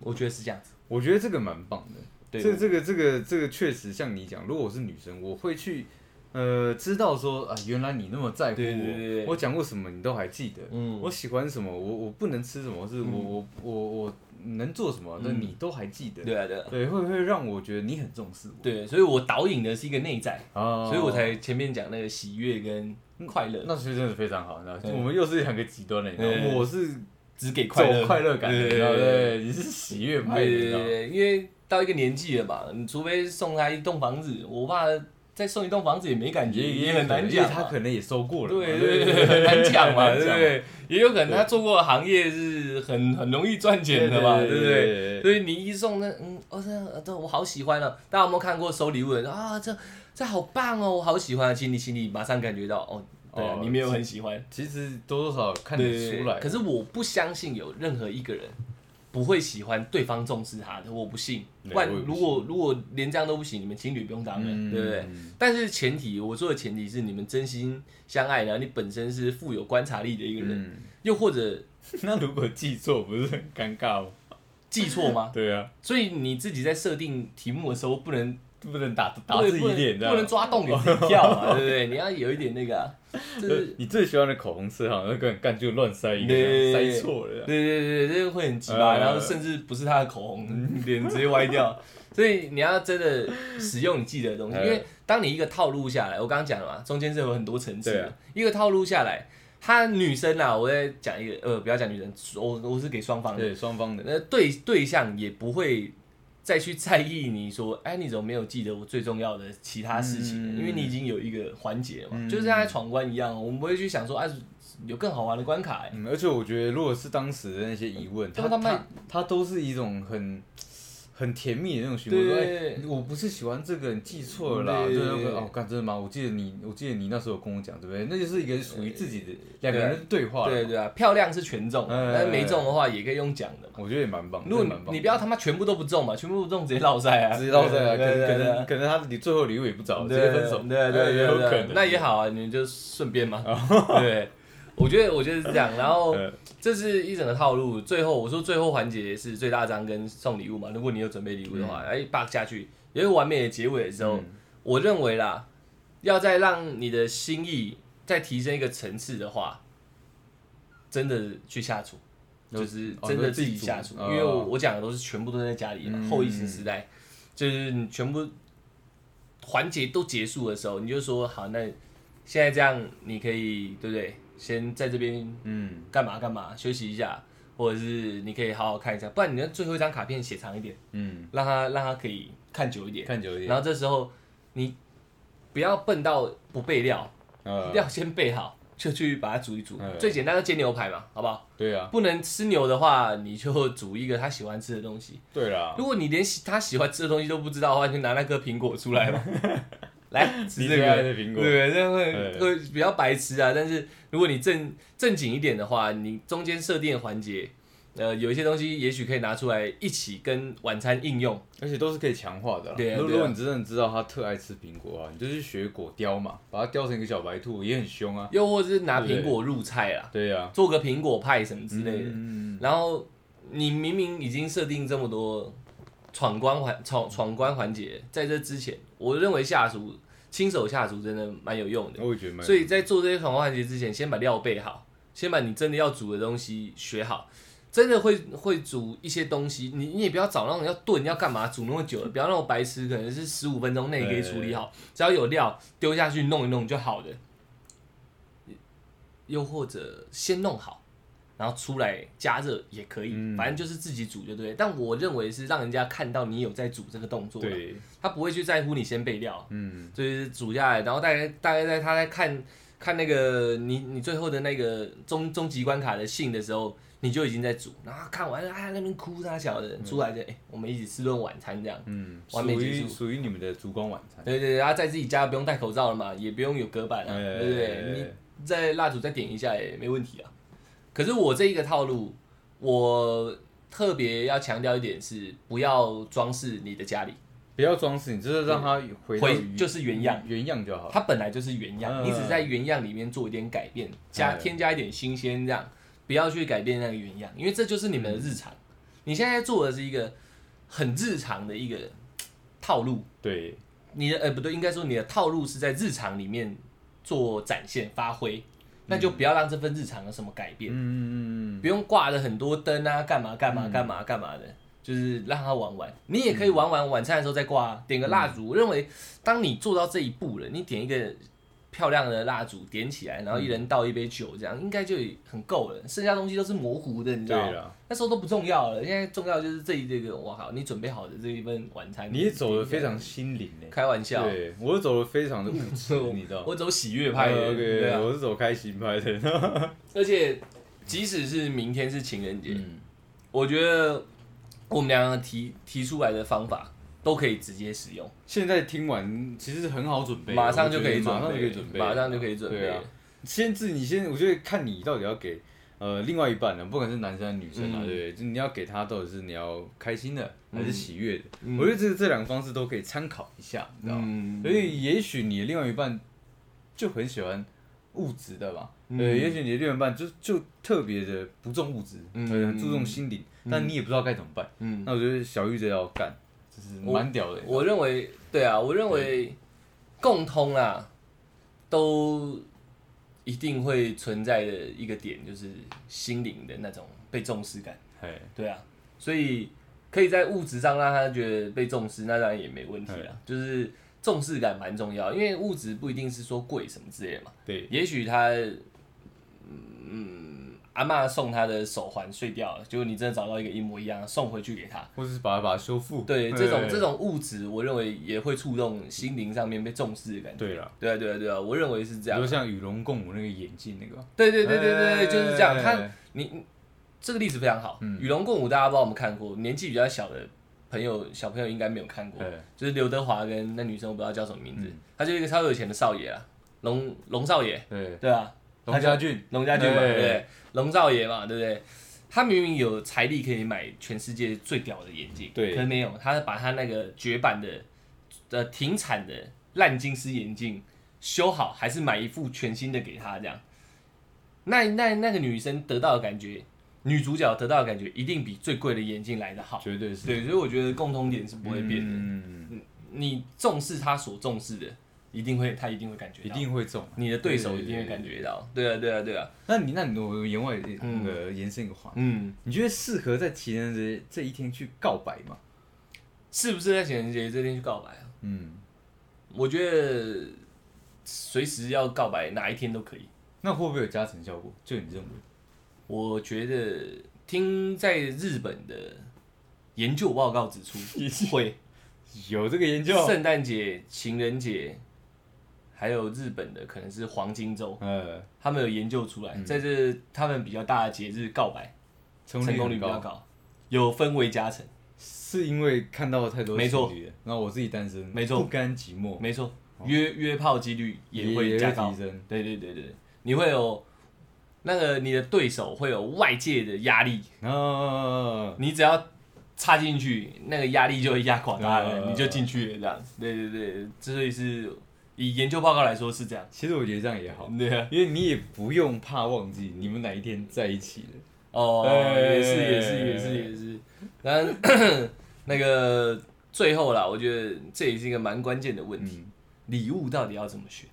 Speaker 1: 我觉得是这样子，
Speaker 2: 我觉得这个蛮棒的。
Speaker 1: 对
Speaker 2: 这这个这个这个确实像你讲，如果我是女生，我会去呃知道说啊，原来你那么在乎我，
Speaker 1: 对对对对
Speaker 2: 我讲过什么你都还记得，
Speaker 1: 嗯
Speaker 2: 我喜欢什么，我我不能吃什么，是我、我我我能做什么，那、你都还记得，
Speaker 1: 嗯对啊对啊，
Speaker 2: 对，会会让我觉得你很重视我，
Speaker 1: 对，所以我导引的是一个内在，
Speaker 2: 啊
Speaker 1: 所以我才前面讲那个喜悦跟快乐，
Speaker 2: 那是真的非常好，那我们又是两个极端的，你知道
Speaker 1: 对
Speaker 2: 吗？我是
Speaker 1: 只给快乐
Speaker 2: 走快乐感
Speaker 1: 对
Speaker 2: 的，你
Speaker 1: 对
Speaker 2: 知道吗
Speaker 1: 对。
Speaker 2: 对，你是喜悦派的，你
Speaker 1: 对对
Speaker 2: 知道吗
Speaker 1: 对，因为到一个年纪了嘛，你除非送他一栋房子，我怕再送一栋房子也没感觉，也很难
Speaker 2: 因为
Speaker 1: 讲嘛。啊
Speaker 2: 他可能也收过了嘛，
Speaker 1: 对对对，很难讲嘛，
Speaker 2: 很难
Speaker 1: 对不
Speaker 2: 讲
Speaker 1: 对？也有可能他做过的行业是很很容易赚钱的嘛，
Speaker 2: 对
Speaker 1: 对
Speaker 2: 对
Speaker 1: 不
Speaker 2: 对
Speaker 1: 对？
Speaker 2: 对对对
Speaker 1: 所以你一送那，嗯，哦，这这我好喜欢哦。大家有没有看过收礼物的人啊？这这好棒哦，我好喜欢。其实你心里马上感觉到，哦，对啊
Speaker 2: 哦，
Speaker 1: 你没有很喜欢，
Speaker 2: 其实多多少少看
Speaker 1: 对
Speaker 2: 得
Speaker 1: 对
Speaker 2: 出
Speaker 1: 对。
Speaker 2: 来，
Speaker 1: 可是我不相信有任何一个人不会喜欢对方重视他的，我不信。
Speaker 2: 对
Speaker 1: 不然
Speaker 2: 我也不
Speaker 1: 如果如果连这样都不行，你们情侣不用当了，
Speaker 2: 嗯
Speaker 1: 对不对？但是前提，我说的前提是你们真心相爱，然后你本身是富有观察力的一个人，
Speaker 2: 嗯，
Speaker 1: 又或者
Speaker 2: 那如果记错不是很尴 尬吗？
Speaker 1: 记错 吗？
Speaker 2: 对啊，
Speaker 1: 所以你自己在设定题目的时候，不能
Speaker 2: 不能打打自己
Speaker 1: 不能
Speaker 2: 脸，这
Speaker 1: 不能
Speaker 2: 样。
Speaker 1: 抓洞给自己跳 嘛，对不对？你要有一点那个、啊，就是
Speaker 2: 你最喜欢的口红色号，那个人干就乱塞一个，
Speaker 1: 对
Speaker 2: 塞错了这样。
Speaker 1: 对对对，这个会很鸡巴，
Speaker 2: 呃
Speaker 1: 然后甚至不是他的口红，脸直接歪 掉。所以你要真的使用你记得的东西，因
Speaker 2: 呃
Speaker 1: 为当你一个套路下来，我刚刚讲了嘛，中间是有很多层次
Speaker 2: 对
Speaker 1: 的
Speaker 2: 啊。
Speaker 1: 一个套路下来，她女生啊，我在讲一个呃，不要讲女人，我我是给双方的，
Speaker 2: 对，双方的。
Speaker 1: 呃，对对象也不会再去在意你说，哎，你怎么没有记得我最重要的其他事情？
Speaker 2: 嗯
Speaker 1: 因为你已经有一个环节了嘛，
Speaker 2: 嗯
Speaker 1: 就是像在闯关一样，我们不会去想说，哎、有更好玩的关卡、哎
Speaker 2: 嗯，而且我觉得，如果是当时的那些疑问，
Speaker 1: 对
Speaker 2: 他
Speaker 1: 他们
Speaker 2: 他他都是一种很很甜蜜的那种询问，
Speaker 1: 对嗯
Speaker 2: 说哎，我不是喜欢这个，你记错了啦，
Speaker 1: 对
Speaker 2: 对对对，哦，干真的吗？我记得你，我记得你那时候有跟我讲，对不对？那就是一个属于自己的两个人的对话了
Speaker 1: 对
Speaker 2: 嘛，
Speaker 1: 对啊，漂亮是全中，
Speaker 2: 哎
Speaker 1: 但是没中的话也可以用讲的嘛。
Speaker 2: 我觉得也蛮棒，
Speaker 1: 如果
Speaker 2: 真的蛮
Speaker 1: 你
Speaker 2: 棒
Speaker 1: 你不要他妈全部都不中嘛，全部不中直接落赛啊，
Speaker 2: 直接到这啊，可
Speaker 1: 对对
Speaker 2: 能可
Speaker 1: 对
Speaker 2: 能可能他你最后礼物也不找，直
Speaker 1: 对
Speaker 2: 接分手，哎
Speaker 1: 对对对
Speaker 2: 也有
Speaker 1: 对
Speaker 2: 可
Speaker 1: 对
Speaker 2: 能，，哦
Speaker 1: 那也好啊，你就顺便嘛。 对，我觉得我觉得是这样，然 后
Speaker 2: 呃
Speaker 1: 这是一整个套路。最后我说最后环节是最大张跟送礼物嘛，如果你有准备礼物的
Speaker 2: 嗯
Speaker 1: 话，哎 bug 下去有一个完美的结尾的时候，我认为啦，要再让你的心意再提升一个层次的话，真的去下厨，
Speaker 2: 有
Speaker 1: 就是
Speaker 2: 哦
Speaker 1: 真的
Speaker 2: 就自
Speaker 1: 自
Speaker 2: 己
Speaker 1: 己
Speaker 2: 煮
Speaker 1: 下厨，
Speaker 2: 哦
Speaker 1: 因为我我讲的都是全部都在家里嘛，
Speaker 2: 嗯
Speaker 1: 后疫情时代，就是你全部环节都结束的时候，你就说好，那现在这样你可以对不对？先在这边
Speaker 2: 嗯，
Speaker 1: 干嘛干嘛休息一下，或者是你可以好好看一下，不然你的最后一张卡片写长一点，
Speaker 2: 嗯
Speaker 1: 让他让他可以看久一点
Speaker 2: 嗯，。看久一点，
Speaker 1: 然后这时候你不要笨到不备料，
Speaker 2: 呃，
Speaker 1: 料先备好就去把它煮一煮。
Speaker 2: 嗯
Speaker 1: 最简单的煎牛排嘛，好不好？
Speaker 2: 对啊，
Speaker 1: 不能吃牛的话，你就煮一个他喜欢吃的东西。
Speaker 2: 对啦
Speaker 1: 如，果你连喜他喜欢吃的东西都不知道的话，你就拿那颗苹果出来 嘛，来吃
Speaker 2: 你
Speaker 1: 这
Speaker 2: 最爱的
Speaker 1: 个。
Speaker 2: 苹果，
Speaker 1: 对，这样会
Speaker 2: 嗯
Speaker 1: 会比较白痴啊。但是如果你正正经一点的话，你中间设定的环节，呃，有一些东西也许可以拿出来一起跟晚餐应用。
Speaker 2: 而且都是可以强化的啦。
Speaker 1: 对啊
Speaker 2: 如
Speaker 1: 对啊
Speaker 2: 如果你真的知道他特爱吃苹果啊，你就去学果雕嘛，把它雕成一个小白兔，也很凶啊。
Speaker 1: 又或者是拿
Speaker 2: 对
Speaker 1: 苹果入菜啦，
Speaker 2: 对呀、啊，
Speaker 1: 做个苹果派什么之类的。
Speaker 2: 嗯
Speaker 1: 然后你明明已经设定这么多闯关环闯闯关环节，在这之前，我认为下厨亲手下厨真的蛮有用的。
Speaker 2: 嗯我也觉得蛮。
Speaker 1: 所以在做这些闯关环节之前，先把料备好，先把你真的要煮的东西学好。真的会会煮一些东西，你你也不要找那种要炖要干嘛煮那么久的，不要那种白痴，可能是十五分钟内可以处理好，只要有料丢下去弄一弄就好的。又或者先弄好，然后出来加热也可以，
Speaker 2: 嗯
Speaker 1: 反正就是自己煮就对。但我认为是让人家看到你有在煮这个动作，
Speaker 2: 对，
Speaker 1: 他不会去在乎你先备料，
Speaker 2: 嗯，
Speaker 1: 就是煮下来，然后大概大概在他在看看那个你你最后的那个终终极关卡的信的时候，你就已经在煮，然后看完啊那边哭他小的出来就哎、我们一起吃顿晚餐这样，
Speaker 2: 嗯，
Speaker 1: 完美
Speaker 2: 属
Speaker 1: 结束
Speaker 2: 于属于你们的烛光晚餐。
Speaker 1: 对对对，然后在自己家不用戴口罩了嘛，也不用有隔板啊，
Speaker 2: 哎
Speaker 1: 对不
Speaker 2: 哎哎
Speaker 1: 对？你在蜡烛再点一下也没问题啊。可是我这一个套路，我特别要强调一点是，不要装饰你的家里，
Speaker 2: 不要装饰，你就是让它回到
Speaker 1: 回
Speaker 2: 原
Speaker 1: 就是原样，
Speaker 2: 原样就好了。
Speaker 1: 它本来就是原样，
Speaker 2: 嗯
Speaker 1: 你只是在原样里面做一点改变，加
Speaker 2: 哎
Speaker 1: 添加一点新鲜，这样不要去改变那个原样，因为这就是你们的日常。你现在做的是一个很日常的一个套路，
Speaker 2: 对，
Speaker 1: 你的呃不对，应该说你的套路是在日常里面做展现发挥，那就不要让这份日常有什么改变，
Speaker 2: 嗯嗯嗯
Speaker 1: 不用挂着很多灯啊，干嘛干嘛干嘛干嘛的，就是让他玩玩。你也可以
Speaker 2: 嗯
Speaker 1: 玩玩，晚餐的时候再挂啊，点个蜡烛。我认为当你做到这一步了，你点一个漂亮的蜡烛点起来，然后一人倒一杯酒，这样应该就很够了。剩下东西都是模糊的，你
Speaker 2: 嗯，
Speaker 1: 知道
Speaker 2: 对
Speaker 1: 吗？
Speaker 2: 了，
Speaker 1: 那时候都不重要了，现在重要就是这一这个，我靠，你准备好的这一份晚餐，
Speaker 2: 你也走的非常心灵诶。
Speaker 1: 开玩笑。
Speaker 2: 对，我走的非常的物质，你知道。
Speaker 1: 我走喜悦派的，
Speaker 2: 呃
Speaker 1: 对
Speaker 2: ，OK，
Speaker 1: 啊。
Speaker 2: 我是走开心派的。
Speaker 1: 而且即使是明天是情人节，
Speaker 2: 嗯，
Speaker 1: 我觉得我们两个提提出来的方法都可以直接使用，
Speaker 2: 现在听完其实很好准备，
Speaker 1: 马上
Speaker 2: 我觉
Speaker 1: 就可
Speaker 2: 得
Speaker 1: 以准备，
Speaker 2: 马上就可以准备，啊
Speaker 1: 马上就可以准备
Speaker 2: 对啊。先自你先，我觉得看你到底要给呃，另外一半呢，不管是男生还是女生啊，
Speaker 1: 嗯
Speaker 2: 对不对？就你要给他到底是你要开心的还是喜悦的？
Speaker 1: 嗯
Speaker 2: 我觉得这这两个方式都可以参考一下，你知道吗？
Speaker 1: 嗯
Speaker 2: 所以也许你的另外一半就很喜欢物质的吧，
Speaker 1: 嗯
Speaker 2: 对，也许你的另外一半就就特别的不重物质，
Speaker 1: 嗯
Speaker 2: 对，很注重心灵，但你也不知道该怎么办。
Speaker 1: 嗯，
Speaker 2: 那我觉得小玉这要干，就是蛮屌的。
Speaker 1: 我认为对啊，我认为共通啊，都一定会存在的一个点就是心灵的那种被重视感。
Speaker 2: 哎，
Speaker 1: 对啊，所以可以在物质上让他觉得被重视，那当然也没问题啦。就是重视感蛮重要，因为物质不一定是说贵什么之类的嘛。
Speaker 2: 对，
Speaker 1: 也许他，嗯，嗯阿嬷送他的手环碎掉了，结果你真的找到一个一模一样的，送回去给他。
Speaker 2: 或者是把它把它修复。
Speaker 1: 对，这种这，种物质，我认为也会触动心灵上面被重视的感觉。
Speaker 2: 对了，
Speaker 1: 对啊，对啊，对啊，我认为是
Speaker 2: 比
Speaker 1: 这样
Speaker 2: 如。像与龙共舞那个眼镜那个，
Speaker 1: 对对对对对，对，
Speaker 2: 哎
Speaker 1: 就是这样。看你你这个例子非常好，
Speaker 2: 嗯
Speaker 1: 与龙共舞》大家不知道我们看过，年纪比较小的朋友小朋友应该没有看过，
Speaker 2: 哎
Speaker 1: 就是刘德华跟那女生我不知道叫什么名字
Speaker 2: 嗯，
Speaker 1: 他就是一个超有钱的少爷啊，龙龙少爷，
Speaker 2: 哎对，
Speaker 1: 对啊，
Speaker 2: 龙家俊，哎
Speaker 1: 龙家俊嘛，对
Speaker 2: 对
Speaker 1: 不对？龙少爷嘛，对不对？他明明有财力可以买全世界最屌的眼镜，
Speaker 2: 对
Speaker 1: 可是没有，他把他那个绝版的呃停产的烂金丝眼镜修好，还是买一副全新的给他这样。那那那个女生得到的感觉，女主角得到的感觉，一定比最贵的眼镜来的好。
Speaker 2: 绝对是
Speaker 1: 对，所以我觉得共通点是不会变的。
Speaker 2: 嗯，
Speaker 1: 你重视他所重视的，一定会，他一定会感觉到。
Speaker 2: 一定会中。啊
Speaker 1: 你的对手一定会感觉到。对啊，对啊，对啊。
Speaker 2: 那你那你我言外那个延伸一个话，
Speaker 1: 嗯。
Speaker 2: 你觉得适合在情人节这一天去告白吗？
Speaker 1: 是不是在情人节这天去告白啊？
Speaker 2: 嗯，
Speaker 1: 我觉得随时要告白，哪一天都可以。
Speaker 2: 那会不会有加成效果？就你认为？
Speaker 1: 我觉得听在日本的研究报告指 出，会
Speaker 2: 有这个研究？
Speaker 1: 圣诞节、情人节，还有日本的可能是黄金周，
Speaker 2: 呃，
Speaker 1: 他们有研究出来，在这他们比较大的节日告白
Speaker 2: 嗯成
Speaker 1: 成功率
Speaker 2: 很
Speaker 1: 比较，高，有氛围加成。
Speaker 2: 是因为看到太多
Speaker 1: 没错
Speaker 2: 情侣了，那我自己单身，
Speaker 1: 没错
Speaker 2: 不甘寂寞，
Speaker 1: 没错，约约炮几率也会
Speaker 2: 哦也
Speaker 1: 加
Speaker 2: 会
Speaker 1: 高
Speaker 2: 提。升。
Speaker 1: 对对对对，你会有那个你的对手会有外界的压力，
Speaker 2: 啊，
Speaker 1: 你只要插进去，那个压力就会压垮他了，
Speaker 2: 呃
Speaker 1: 你就进去了这样。对对对，所以是以研究报告来说是这样。
Speaker 2: 其实我觉得这样也好，
Speaker 1: 对啊，
Speaker 2: 因为你也不用怕忘记你们哪一天在一起了。
Speaker 1: 哦，
Speaker 2: 对
Speaker 1: 也是也是也是也是，但那个最后啦，我觉得这也是一个蛮关键的问题，
Speaker 2: 嗯，
Speaker 1: 礼物到底要怎么选？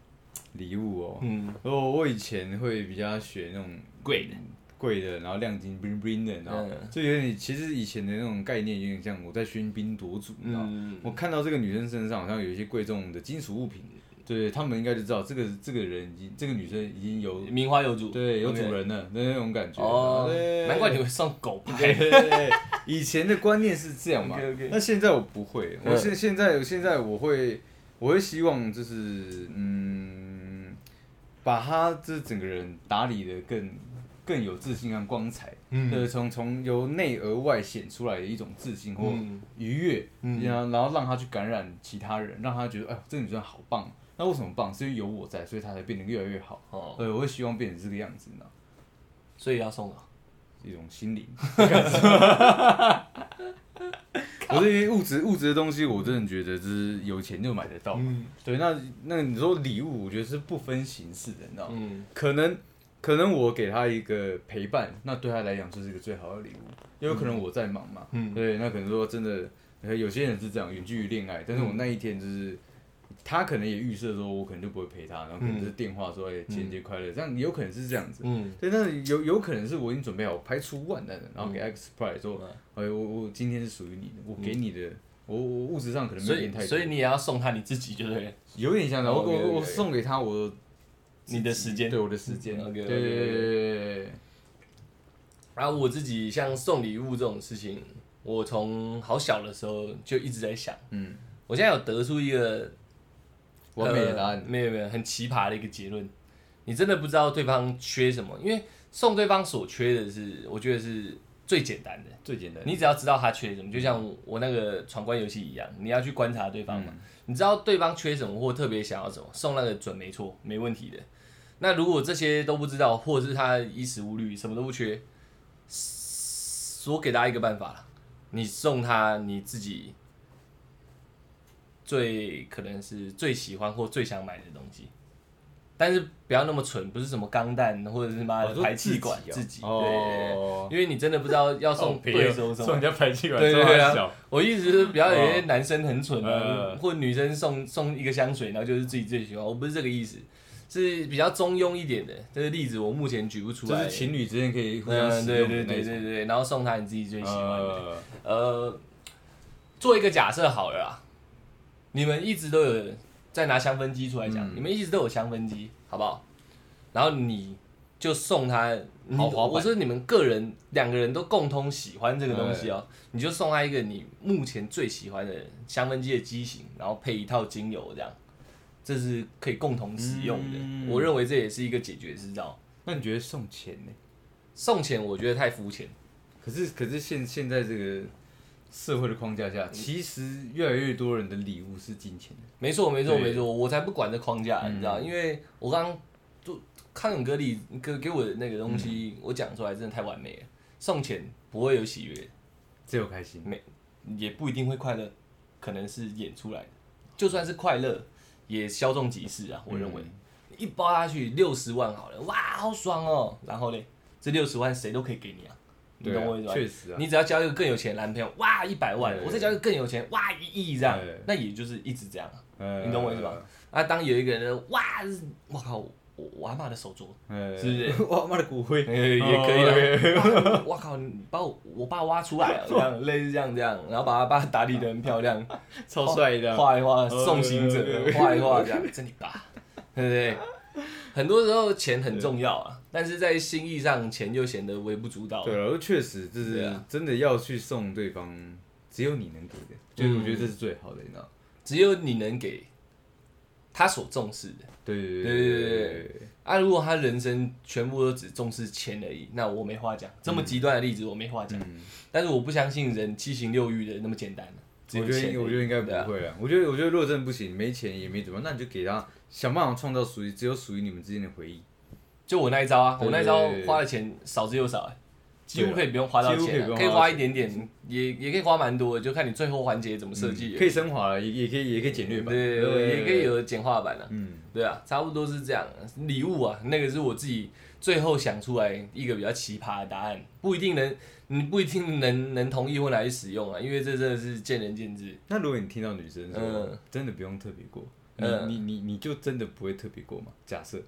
Speaker 2: 礼物哦，
Speaker 1: 嗯
Speaker 2: 我我以前会比较选那种
Speaker 1: 贵的
Speaker 2: 贵的，然后亮晶 bling bling 的，然后
Speaker 1: 嗯
Speaker 2: 就有点其实以前的那种概念有点像我在喧宾夺主，你知道吗？
Speaker 1: 嗯，
Speaker 2: 我看到这个女生身上好像有一些贵重的金属物品，对他们应该就知道这个这个人已经这个女生已经有
Speaker 1: 名花有主，
Speaker 2: 对有主人了的那种感觉。
Speaker 1: 嗯哦
Speaker 2: 对，
Speaker 1: 难怪你会送狗
Speaker 2: 对
Speaker 1: 牌。
Speaker 2: 对对对，以前的观念是这样嘛
Speaker 1: OK，OK。
Speaker 2: 那现在我不会，我
Speaker 1: 嗯
Speaker 2: 现现在我现在我会，我会希望就是嗯，把他这整个人打理的更更有自信和光彩，
Speaker 1: 嗯
Speaker 2: 对，从从由内而外显出来的一种自信或
Speaker 1: 嗯
Speaker 2: 愉悦，
Speaker 1: 嗯
Speaker 2: 然后然后让他去感染其他人，让他觉得哎呦，这个女生好棒。那为什么棒？是因为有我在，所以她才变得越来越好。
Speaker 1: 哦，
Speaker 2: 对，我会希望变成这个样子呢，
Speaker 1: 所以要送啊。
Speaker 2: 一种 心灵。我对于物质物质的东西，我真的觉得就是有钱就买得到。
Speaker 1: 嗯
Speaker 2: 对，那那你说礼物，我觉得是不分形式的，你知道吗？
Speaker 1: 嗯
Speaker 2: 可能可能我给他一个陪伴，那对他来讲就是一个最好的礼物。也有可能我在忙嘛，
Speaker 1: 嗯
Speaker 2: 对，那可能说真的，呃有些人是这样远距离恋爱，但
Speaker 1: 嗯
Speaker 2: 是我那一天就是。他可能也预设说，我可能就不会陪他，然后可能就是电话说，哎、情人节快乐，这样有可能是这样子。
Speaker 1: 嗯
Speaker 2: 对，但是有有可能是我已经准备好排除万难了，然后给 X surprise 说，哎、我我今天是属于你的，我给你的，我我物质上可能没
Speaker 1: 所
Speaker 2: 有给你
Speaker 1: 以
Speaker 2: 太多，
Speaker 1: 所以你也要送他你自己，对不对？
Speaker 2: 有点像的，我我
Speaker 1: OK，OK，OK
Speaker 2: 我送给他我
Speaker 1: 你的时间
Speaker 2: 对我的时间，
Speaker 1: 嗯，OK，OK，OK
Speaker 2: 对对对对对
Speaker 1: 然啊后我自己像送礼物这种事情，我从好小的时候就一直在想，
Speaker 2: 嗯，
Speaker 1: 我现在有得出一个
Speaker 2: 完美的答
Speaker 1: 呃
Speaker 2: 案，
Speaker 1: 没有没有很奇葩的一个结论。你真的不知道对方缺什么，因为送对方所缺的是，我觉得是最简单的。
Speaker 2: 最简单，
Speaker 1: 你只要知道他缺什么，就像我那个闯关游戏一样，你要去观察对方嘛。你知道对方缺什么或特别想要什么，送那个准没错，没问题的。那如果这些都不知道，或者是他衣食无虑，什么都不缺，我给大家一个办法啦，你送他你自己最可能是最喜欢或最想买的东西，但是不要那么蠢，不是什么钢弹或者是妈的
Speaker 2: 哦说
Speaker 1: 排气管
Speaker 2: 自
Speaker 1: 自己，
Speaker 2: 己哦
Speaker 1: 对对
Speaker 2: 哦，
Speaker 1: 对，因为你真的不知道要送
Speaker 3: 别
Speaker 1: 对
Speaker 3: 人
Speaker 1: 手什
Speaker 3: 送人。
Speaker 1: 么
Speaker 3: 家排气管，
Speaker 1: 对对对
Speaker 3: 这么
Speaker 1: 啊
Speaker 3: 小，
Speaker 1: 我意思是不要有
Speaker 2: 哦
Speaker 1: 些男生很蠢
Speaker 2: 嗯
Speaker 1: 啊，
Speaker 3: 呃
Speaker 1: 或女生送送一个香水，然后就是自己最喜欢，我不是这个意思，是比较中庸一点的。这个例子我目前举不出
Speaker 2: 就
Speaker 1: 来。
Speaker 2: 是情侣之间可以互相
Speaker 1: 嗯，
Speaker 2: 使
Speaker 1: 对
Speaker 2: 用
Speaker 1: 对
Speaker 2: 的
Speaker 1: 对
Speaker 2: 那
Speaker 1: 对
Speaker 2: 种。
Speaker 1: 对，然后送他你自己最喜欢的。
Speaker 3: 呃，
Speaker 1: 呃，做一个假设好了啦，你们一直都有在拿香氛机出来讲，
Speaker 2: 嗯
Speaker 1: 你们一直都有香氛机，好不好？然后你就送他，你
Speaker 2: 豪华版
Speaker 1: 我说你们个人两个人都共同喜欢这个东西哦，
Speaker 2: 哎
Speaker 1: 你就送他一个你目前最喜欢的香氛机的机型，然后配一套精油这样。这是可以共同使用的，
Speaker 2: 嗯
Speaker 1: 我认为这也是一个解决之道。
Speaker 2: 那你觉得送钱呢？
Speaker 1: 送钱我觉得太肤浅，
Speaker 2: 可是可是现现在这个社会的框架下，
Speaker 1: 嗯
Speaker 2: 其实越来越多人的礼物是金钱的。
Speaker 1: 没错，没错，
Speaker 2: 对
Speaker 1: 没错，我才不管这框架，
Speaker 2: 嗯
Speaker 1: 你知道？因为我刚刚就康永哥里哥给我的那个东西，我讲出来真的太完美了。送钱不会有喜悦，
Speaker 2: 只有开心，
Speaker 1: 也不一定会快乐，可能是演出来的。就算是快乐，也稍纵即逝
Speaker 2: 嗯
Speaker 1: 啊。我认为、一包下去六十万好了，哇，好爽哦！然后嘞，这六十万谁都可以给你啊，你
Speaker 2: 对啊
Speaker 1: 懂我意思吧？
Speaker 2: 确实啊，
Speaker 1: 你只要交一个更有钱的男朋友，哇，一百万；
Speaker 2: 对
Speaker 1: 我再交一个更有钱，哇，一亿这样
Speaker 2: 对，
Speaker 1: 那也就是一直这样啊。
Speaker 2: 呃
Speaker 1: 你懂我意思吧？啊，当有一个人哇，我靠，我我阿妈的手镯，
Speaker 2: 呃
Speaker 1: 是不是？
Speaker 2: 我妈的骨灰， 哦
Speaker 1: 也可以啊。我靠，你把我我爸挖出来了，这 样类似这样这样，然后把他爸打理的很漂亮，
Speaker 2: 超帅的啊。
Speaker 1: 画一画送行者，画一画这样，这你爸， 对不对？很多时候钱很重要啊，但是在心意上，钱又显得微不足道。
Speaker 2: 对啊，确实就
Speaker 1: 对
Speaker 2: 是
Speaker 1: 啊
Speaker 2: 真的要去送对方，只有你能给的，
Speaker 1: 嗯
Speaker 2: 就是我觉得这是最好的，你知道吗？
Speaker 1: 只有你能给他所重视的
Speaker 2: 对对
Speaker 1: 对啊。如果他人生全部都只重视钱而已，那我没话讲。这么极端的例子，我没话讲。
Speaker 2: 嗯，
Speaker 1: 但是我不相信人七情六欲的那么简单啊只
Speaker 2: 我
Speaker 1: 有
Speaker 2: 觉
Speaker 1: 钱而已
Speaker 2: 得我觉得应该
Speaker 1: 对啊
Speaker 2: 不会啊，我觉得我觉得如果真的不行，没钱也没怎么样，那你就给他想办法创造属于只有属于你们之间的回忆，
Speaker 1: 就我那一招啊，
Speaker 2: 对
Speaker 1: 我那一
Speaker 2: 对
Speaker 1: 招
Speaker 2: 对对
Speaker 1: 花的钱少之又少、欸，几乎
Speaker 2: 对啊
Speaker 1: 可以不用花到
Speaker 2: 几乎可以
Speaker 1: 钱、
Speaker 2: 不
Speaker 1: 啊，
Speaker 2: 用
Speaker 1: 可以
Speaker 2: 花到
Speaker 1: 花一
Speaker 2: 钱
Speaker 1: 点点，也也可以花蛮多的，就看你最后环节怎么设计、
Speaker 2: 嗯可以升华了，也也可以也可以简略版，
Speaker 1: 对，也可以，有简化版的、啊。
Speaker 2: 嗯，
Speaker 1: 对啊，差不多是这样。礼物啊，那个是我自己最后想出来一个比较奇葩的答案，不一定能，你不一定能能同意或拿去使用啊，因为这真的是见仁见智。
Speaker 2: 那如果你听到女生说
Speaker 1: 嗯
Speaker 2: 真的不用特别过，
Speaker 1: 嗯
Speaker 2: 你你你你就真的不会特别过嘛？假设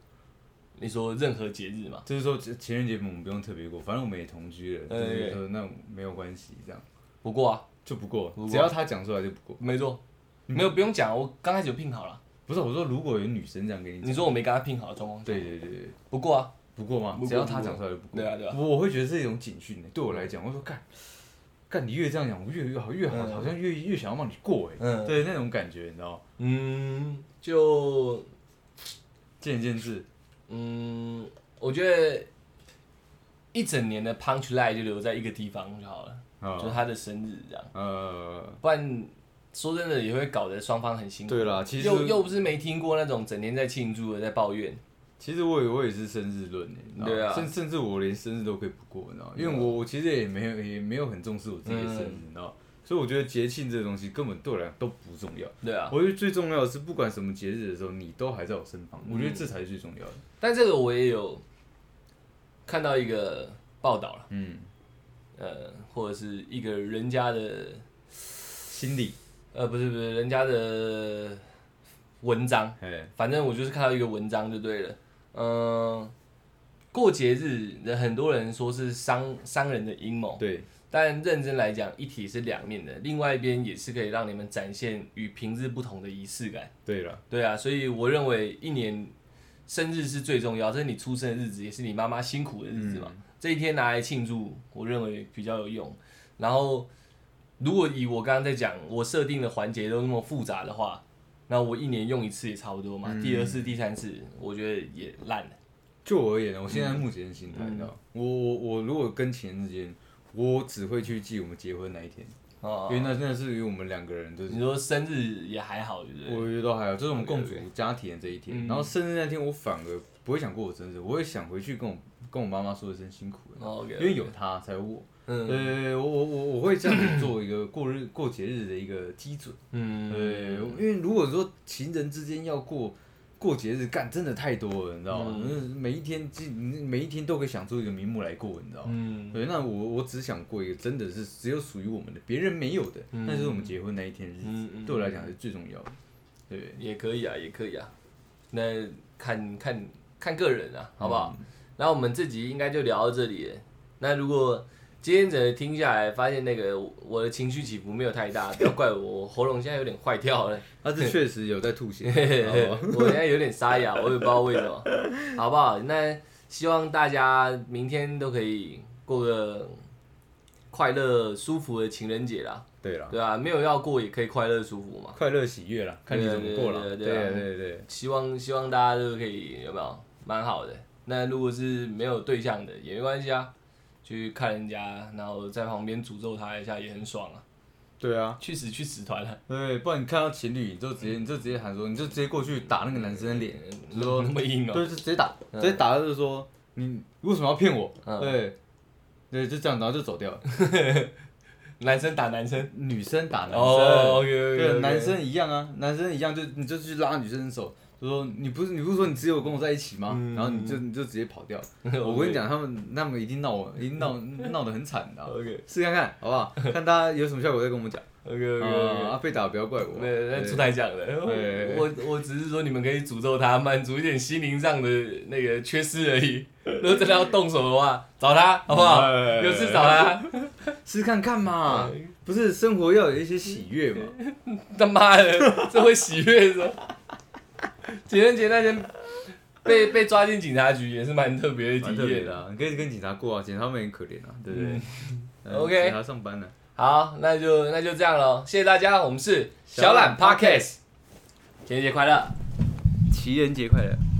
Speaker 1: 你说任何节日嘛，
Speaker 2: 就是说情情人节我们不用特别过，反正我们也同居了，
Speaker 1: 嗯
Speaker 2: 就是说那没有关系，这样
Speaker 1: 不过啊，
Speaker 2: 就不过
Speaker 1: 不，过
Speaker 2: 只要他讲出来就不过。
Speaker 1: 没错，没有不用讲，啊我刚开始有拼好了。
Speaker 2: 不是我说，如果有女生这样跟你
Speaker 1: 你
Speaker 2: 讲，
Speaker 1: 说我没跟他拼好的状况，
Speaker 2: 对对对对，
Speaker 1: 不过啊，
Speaker 2: 不过吗
Speaker 1: 不？过
Speaker 2: 只要他讲出来就不过。
Speaker 1: 对啊对啊
Speaker 2: 我我会觉得这是一种警讯呢，欸对我来讲，我说干干，你越这样讲，我越越好越好，
Speaker 1: 嗯
Speaker 2: 好像越越想要帮你过哎，
Speaker 1: 嗯
Speaker 2: 对那种感觉，你知道吗？
Speaker 1: 嗯，就
Speaker 2: 见仁见智，
Speaker 1: 嗯，我觉得一整年的 punch line 就留在一个地方就好了，就是
Speaker 2: 啊
Speaker 1: 他的生日这样，
Speaker 2: 呃，
Speaker 1: 不然说真的也会搞得双方很辛苦。
Speaker 2: 对啦，其实
Speaker 1: 又又不是没听过那种整天在庆祝的，在抱怨。
Speaker 2: 其实我也我也是生日论诶，欸你知道吗
Speaker 1: 对啊啊
Speaker 2: 甚甚至我连生日都可以不过，你知道吗，因为我我其实也没有也没有很重视我自己
Speaker 1: 嗯
Speaker 2: 的生日，你知道吗，所以我觉得节庆这个东西根本对我来讲都不重要。
Speaker 1: 对啊，
Speaker 2: 我觉得最重要的是，不管什么节日的时候，你都还在我身旁，
Speaker 1: 嗯
Speaker 2: 我觉得这才是最重要的。
Speaker 1: 但这个我也有看到一个报道了，
Speaker 2: 嗯，
Speaker 1: 呃，或者是一个人家的
Speaker 2: 心理，
Speaker 1: 呃，不是不是人家的文章。
Speaker 2: 哎，
Speaker 1: 反正我就是看到一个文章就对了，嗯、过节日人很多人说是商商人的阴谋，
Speaker 2: 对，
Speaker 1: 但认真来讲，一体是两面的，另外一边也是可以让你们展现与平日不同的仪式感。
Speaker 2: 对了，
Speaker 1: 对啊，所以我认为一年生日是最重要，这是你出生的日子，也是你妈妈辛苦的日子嘛。
Speaker 2: 嗯
Speaker 1: 这一天拿来庆祝，我认为比较有用。然后，如果以我刚刚在讲我设定的环节都那么复杂的话，那我一年用一次也差不多嘛。
Speaker 2: 嗯
Speaker 1: 第二次、第三次，我觉得也烂了。
Speaker 2: 就我而言呢，我现在目前的心态，
Speaker 1: 嗯
Speaker 2: 你知道吗，我我我如果跟情人之间，我只会去记我们结婚那一天，
Speaker 1: 哦
Speaker 2: 因为那真的是因为我们两个人都是
Speaker 1: 你，说生日也还好，对不对？
Speaker 2: 我觉得都还好，就是我们共处
Speaker 1: OK，OK
Speaker 2: 家庭的这一
Speaker 1: 嗯
Speaker 2: 天。然后生日那天，我反而不会想过我生日，我会想回去跟我跟我妈妈说一声辛苦了，
Speaker 1: 哦，OK，
Speaker 2: 因为有她才有我。
Speaker 1: 嗯
Speaker 2: 呃，我我我我会这样子做一个过日过节日的一个基准。对，
Speaker 1: 嗯，
Speaker 2: 因为如果说情人之间要过过节日，干真的太多了，你知道
Speaker 1: 嗯
Speaker 2: 吗？每一天，基每一天都可以想出一个名目来过，你知道吗？
Speaker 1: 嗯
Speaker 2: 对，那我我只想过一个真的是只有属于我们的，别人没有的，
Speaker 1: 嗯
Speaker 2: 那就是我们结婚那一天的日子，
Speaker 1: 嗯嗯，
Speaker 2: 对我来讲是最重要的。对，
Speaker 1: 也可以啊，也可以啊，那看看看个人
Speaker 2: 嗯
Speaker 1: 啊，好不好？然后我们这集应该就聊到这里了。那如果今天整个听下来，发现那个我的情绪起伏没有太大，不要怪我，我喉咙现在有点坏掉了。
Speaker 2: 他是确实有在吐血，
Speaker 1: 嘿嘿嘿
Speaker 2: 好吧
Speaker 1: 我现在有点沙哑，我也不知道为什么，好不好？那希望大家明天都可以过个快乐舒服的情人节啦，
Speaker 2: 对了，
Speaker 1: 对啊，没有要过也可以快乐舒服嘛。
Speaker 2: 快乐喜悦了，看你怎么过了。
Speaker 1: 对对
Speaker 2: 对
Speaker 1: 对
Speaker 2: 啊
Speaker 1: 对
Speaker 2: 对对，
Speaker 1: 希望希望大家都可以有没有蛮好的。那如果是没有对象的也没关系啊，去看人家，然后在旁边诅咒他一下也很爽啊。
Speaker 2: 对啊。
Speaker 1: 去死去死团了、
Speaker 2: 对，不然你看到情侣，你就直接
Speaker 1: 嗯
Speaker 2: 你就直接喊说，你就直接过去打那个男生的脸，就是说
Speaker 1: 那么硬哦、
Speaker 2: 对，就直接打，直接打就是说你为什么要骗我？
Speaker 1: 嗯
Speaker 2: 对，对，就这样，然后就走掉了。
Speaker 1: 男生打男生。
Speaker 2: 女生打男生，
Speaker 1: 哦，OK，
Speaker 2: 对，男生一样啊，男生一样就你就去拉女生的手，就说你不是你不是说你只有跟我在一起吗？
Speaker 1: 嗯
Speaker 2: 然后你就你就直接跑掉。我跟你讲，他们他们一定闹我，一 定闹闹得很惨的啊。
Speaker 1: ，OK
Speaker 2: 试看看好不 好？看大家有什么效果再跟我们讲。
Speaker 1: OK OK
Speaker 2: 啊，
Speaker 1: OK，
Speaker 2: 被打不要怪我。
Speaker 1: 没有，那
Speaker 2: 对
Speaker 1: 出太讲了。
Speaker 2: 对
Speaker 1: 我我只是说你们可以诅咒他，满足一点心灵上的那个缺失而已。如果真的要动手的话，找他好不好？
Speaker 2: 哎
Speaker 1: 有事找他。
Speaker 2: 试看看嘛，不是生活要有一些喜悦嘛？
Speaker 1: 他妈的，这会喜悦的。 情人节那天被被抓进警察局也是蛮特别的
Speaker 2: 蛮
Speaker 1: 体
Speaker 2: 特别
Speaker 1: 验
Speaker 2: 的、。啊，你可以跟警察过啊，警察们很可怜啊，对不对
Speaker 1: 嗯？
Speaker 2: 嗯
Speaker 1: OK
Speaker 2: 警察上班呢、
Speaker 1: 好，那就那就这样喽，谢谢大家，我们是小懒
Speaker 2: 小懒
Speaker 1: Podcast，情人节快乐！
Speaker 2: 情人节快乐。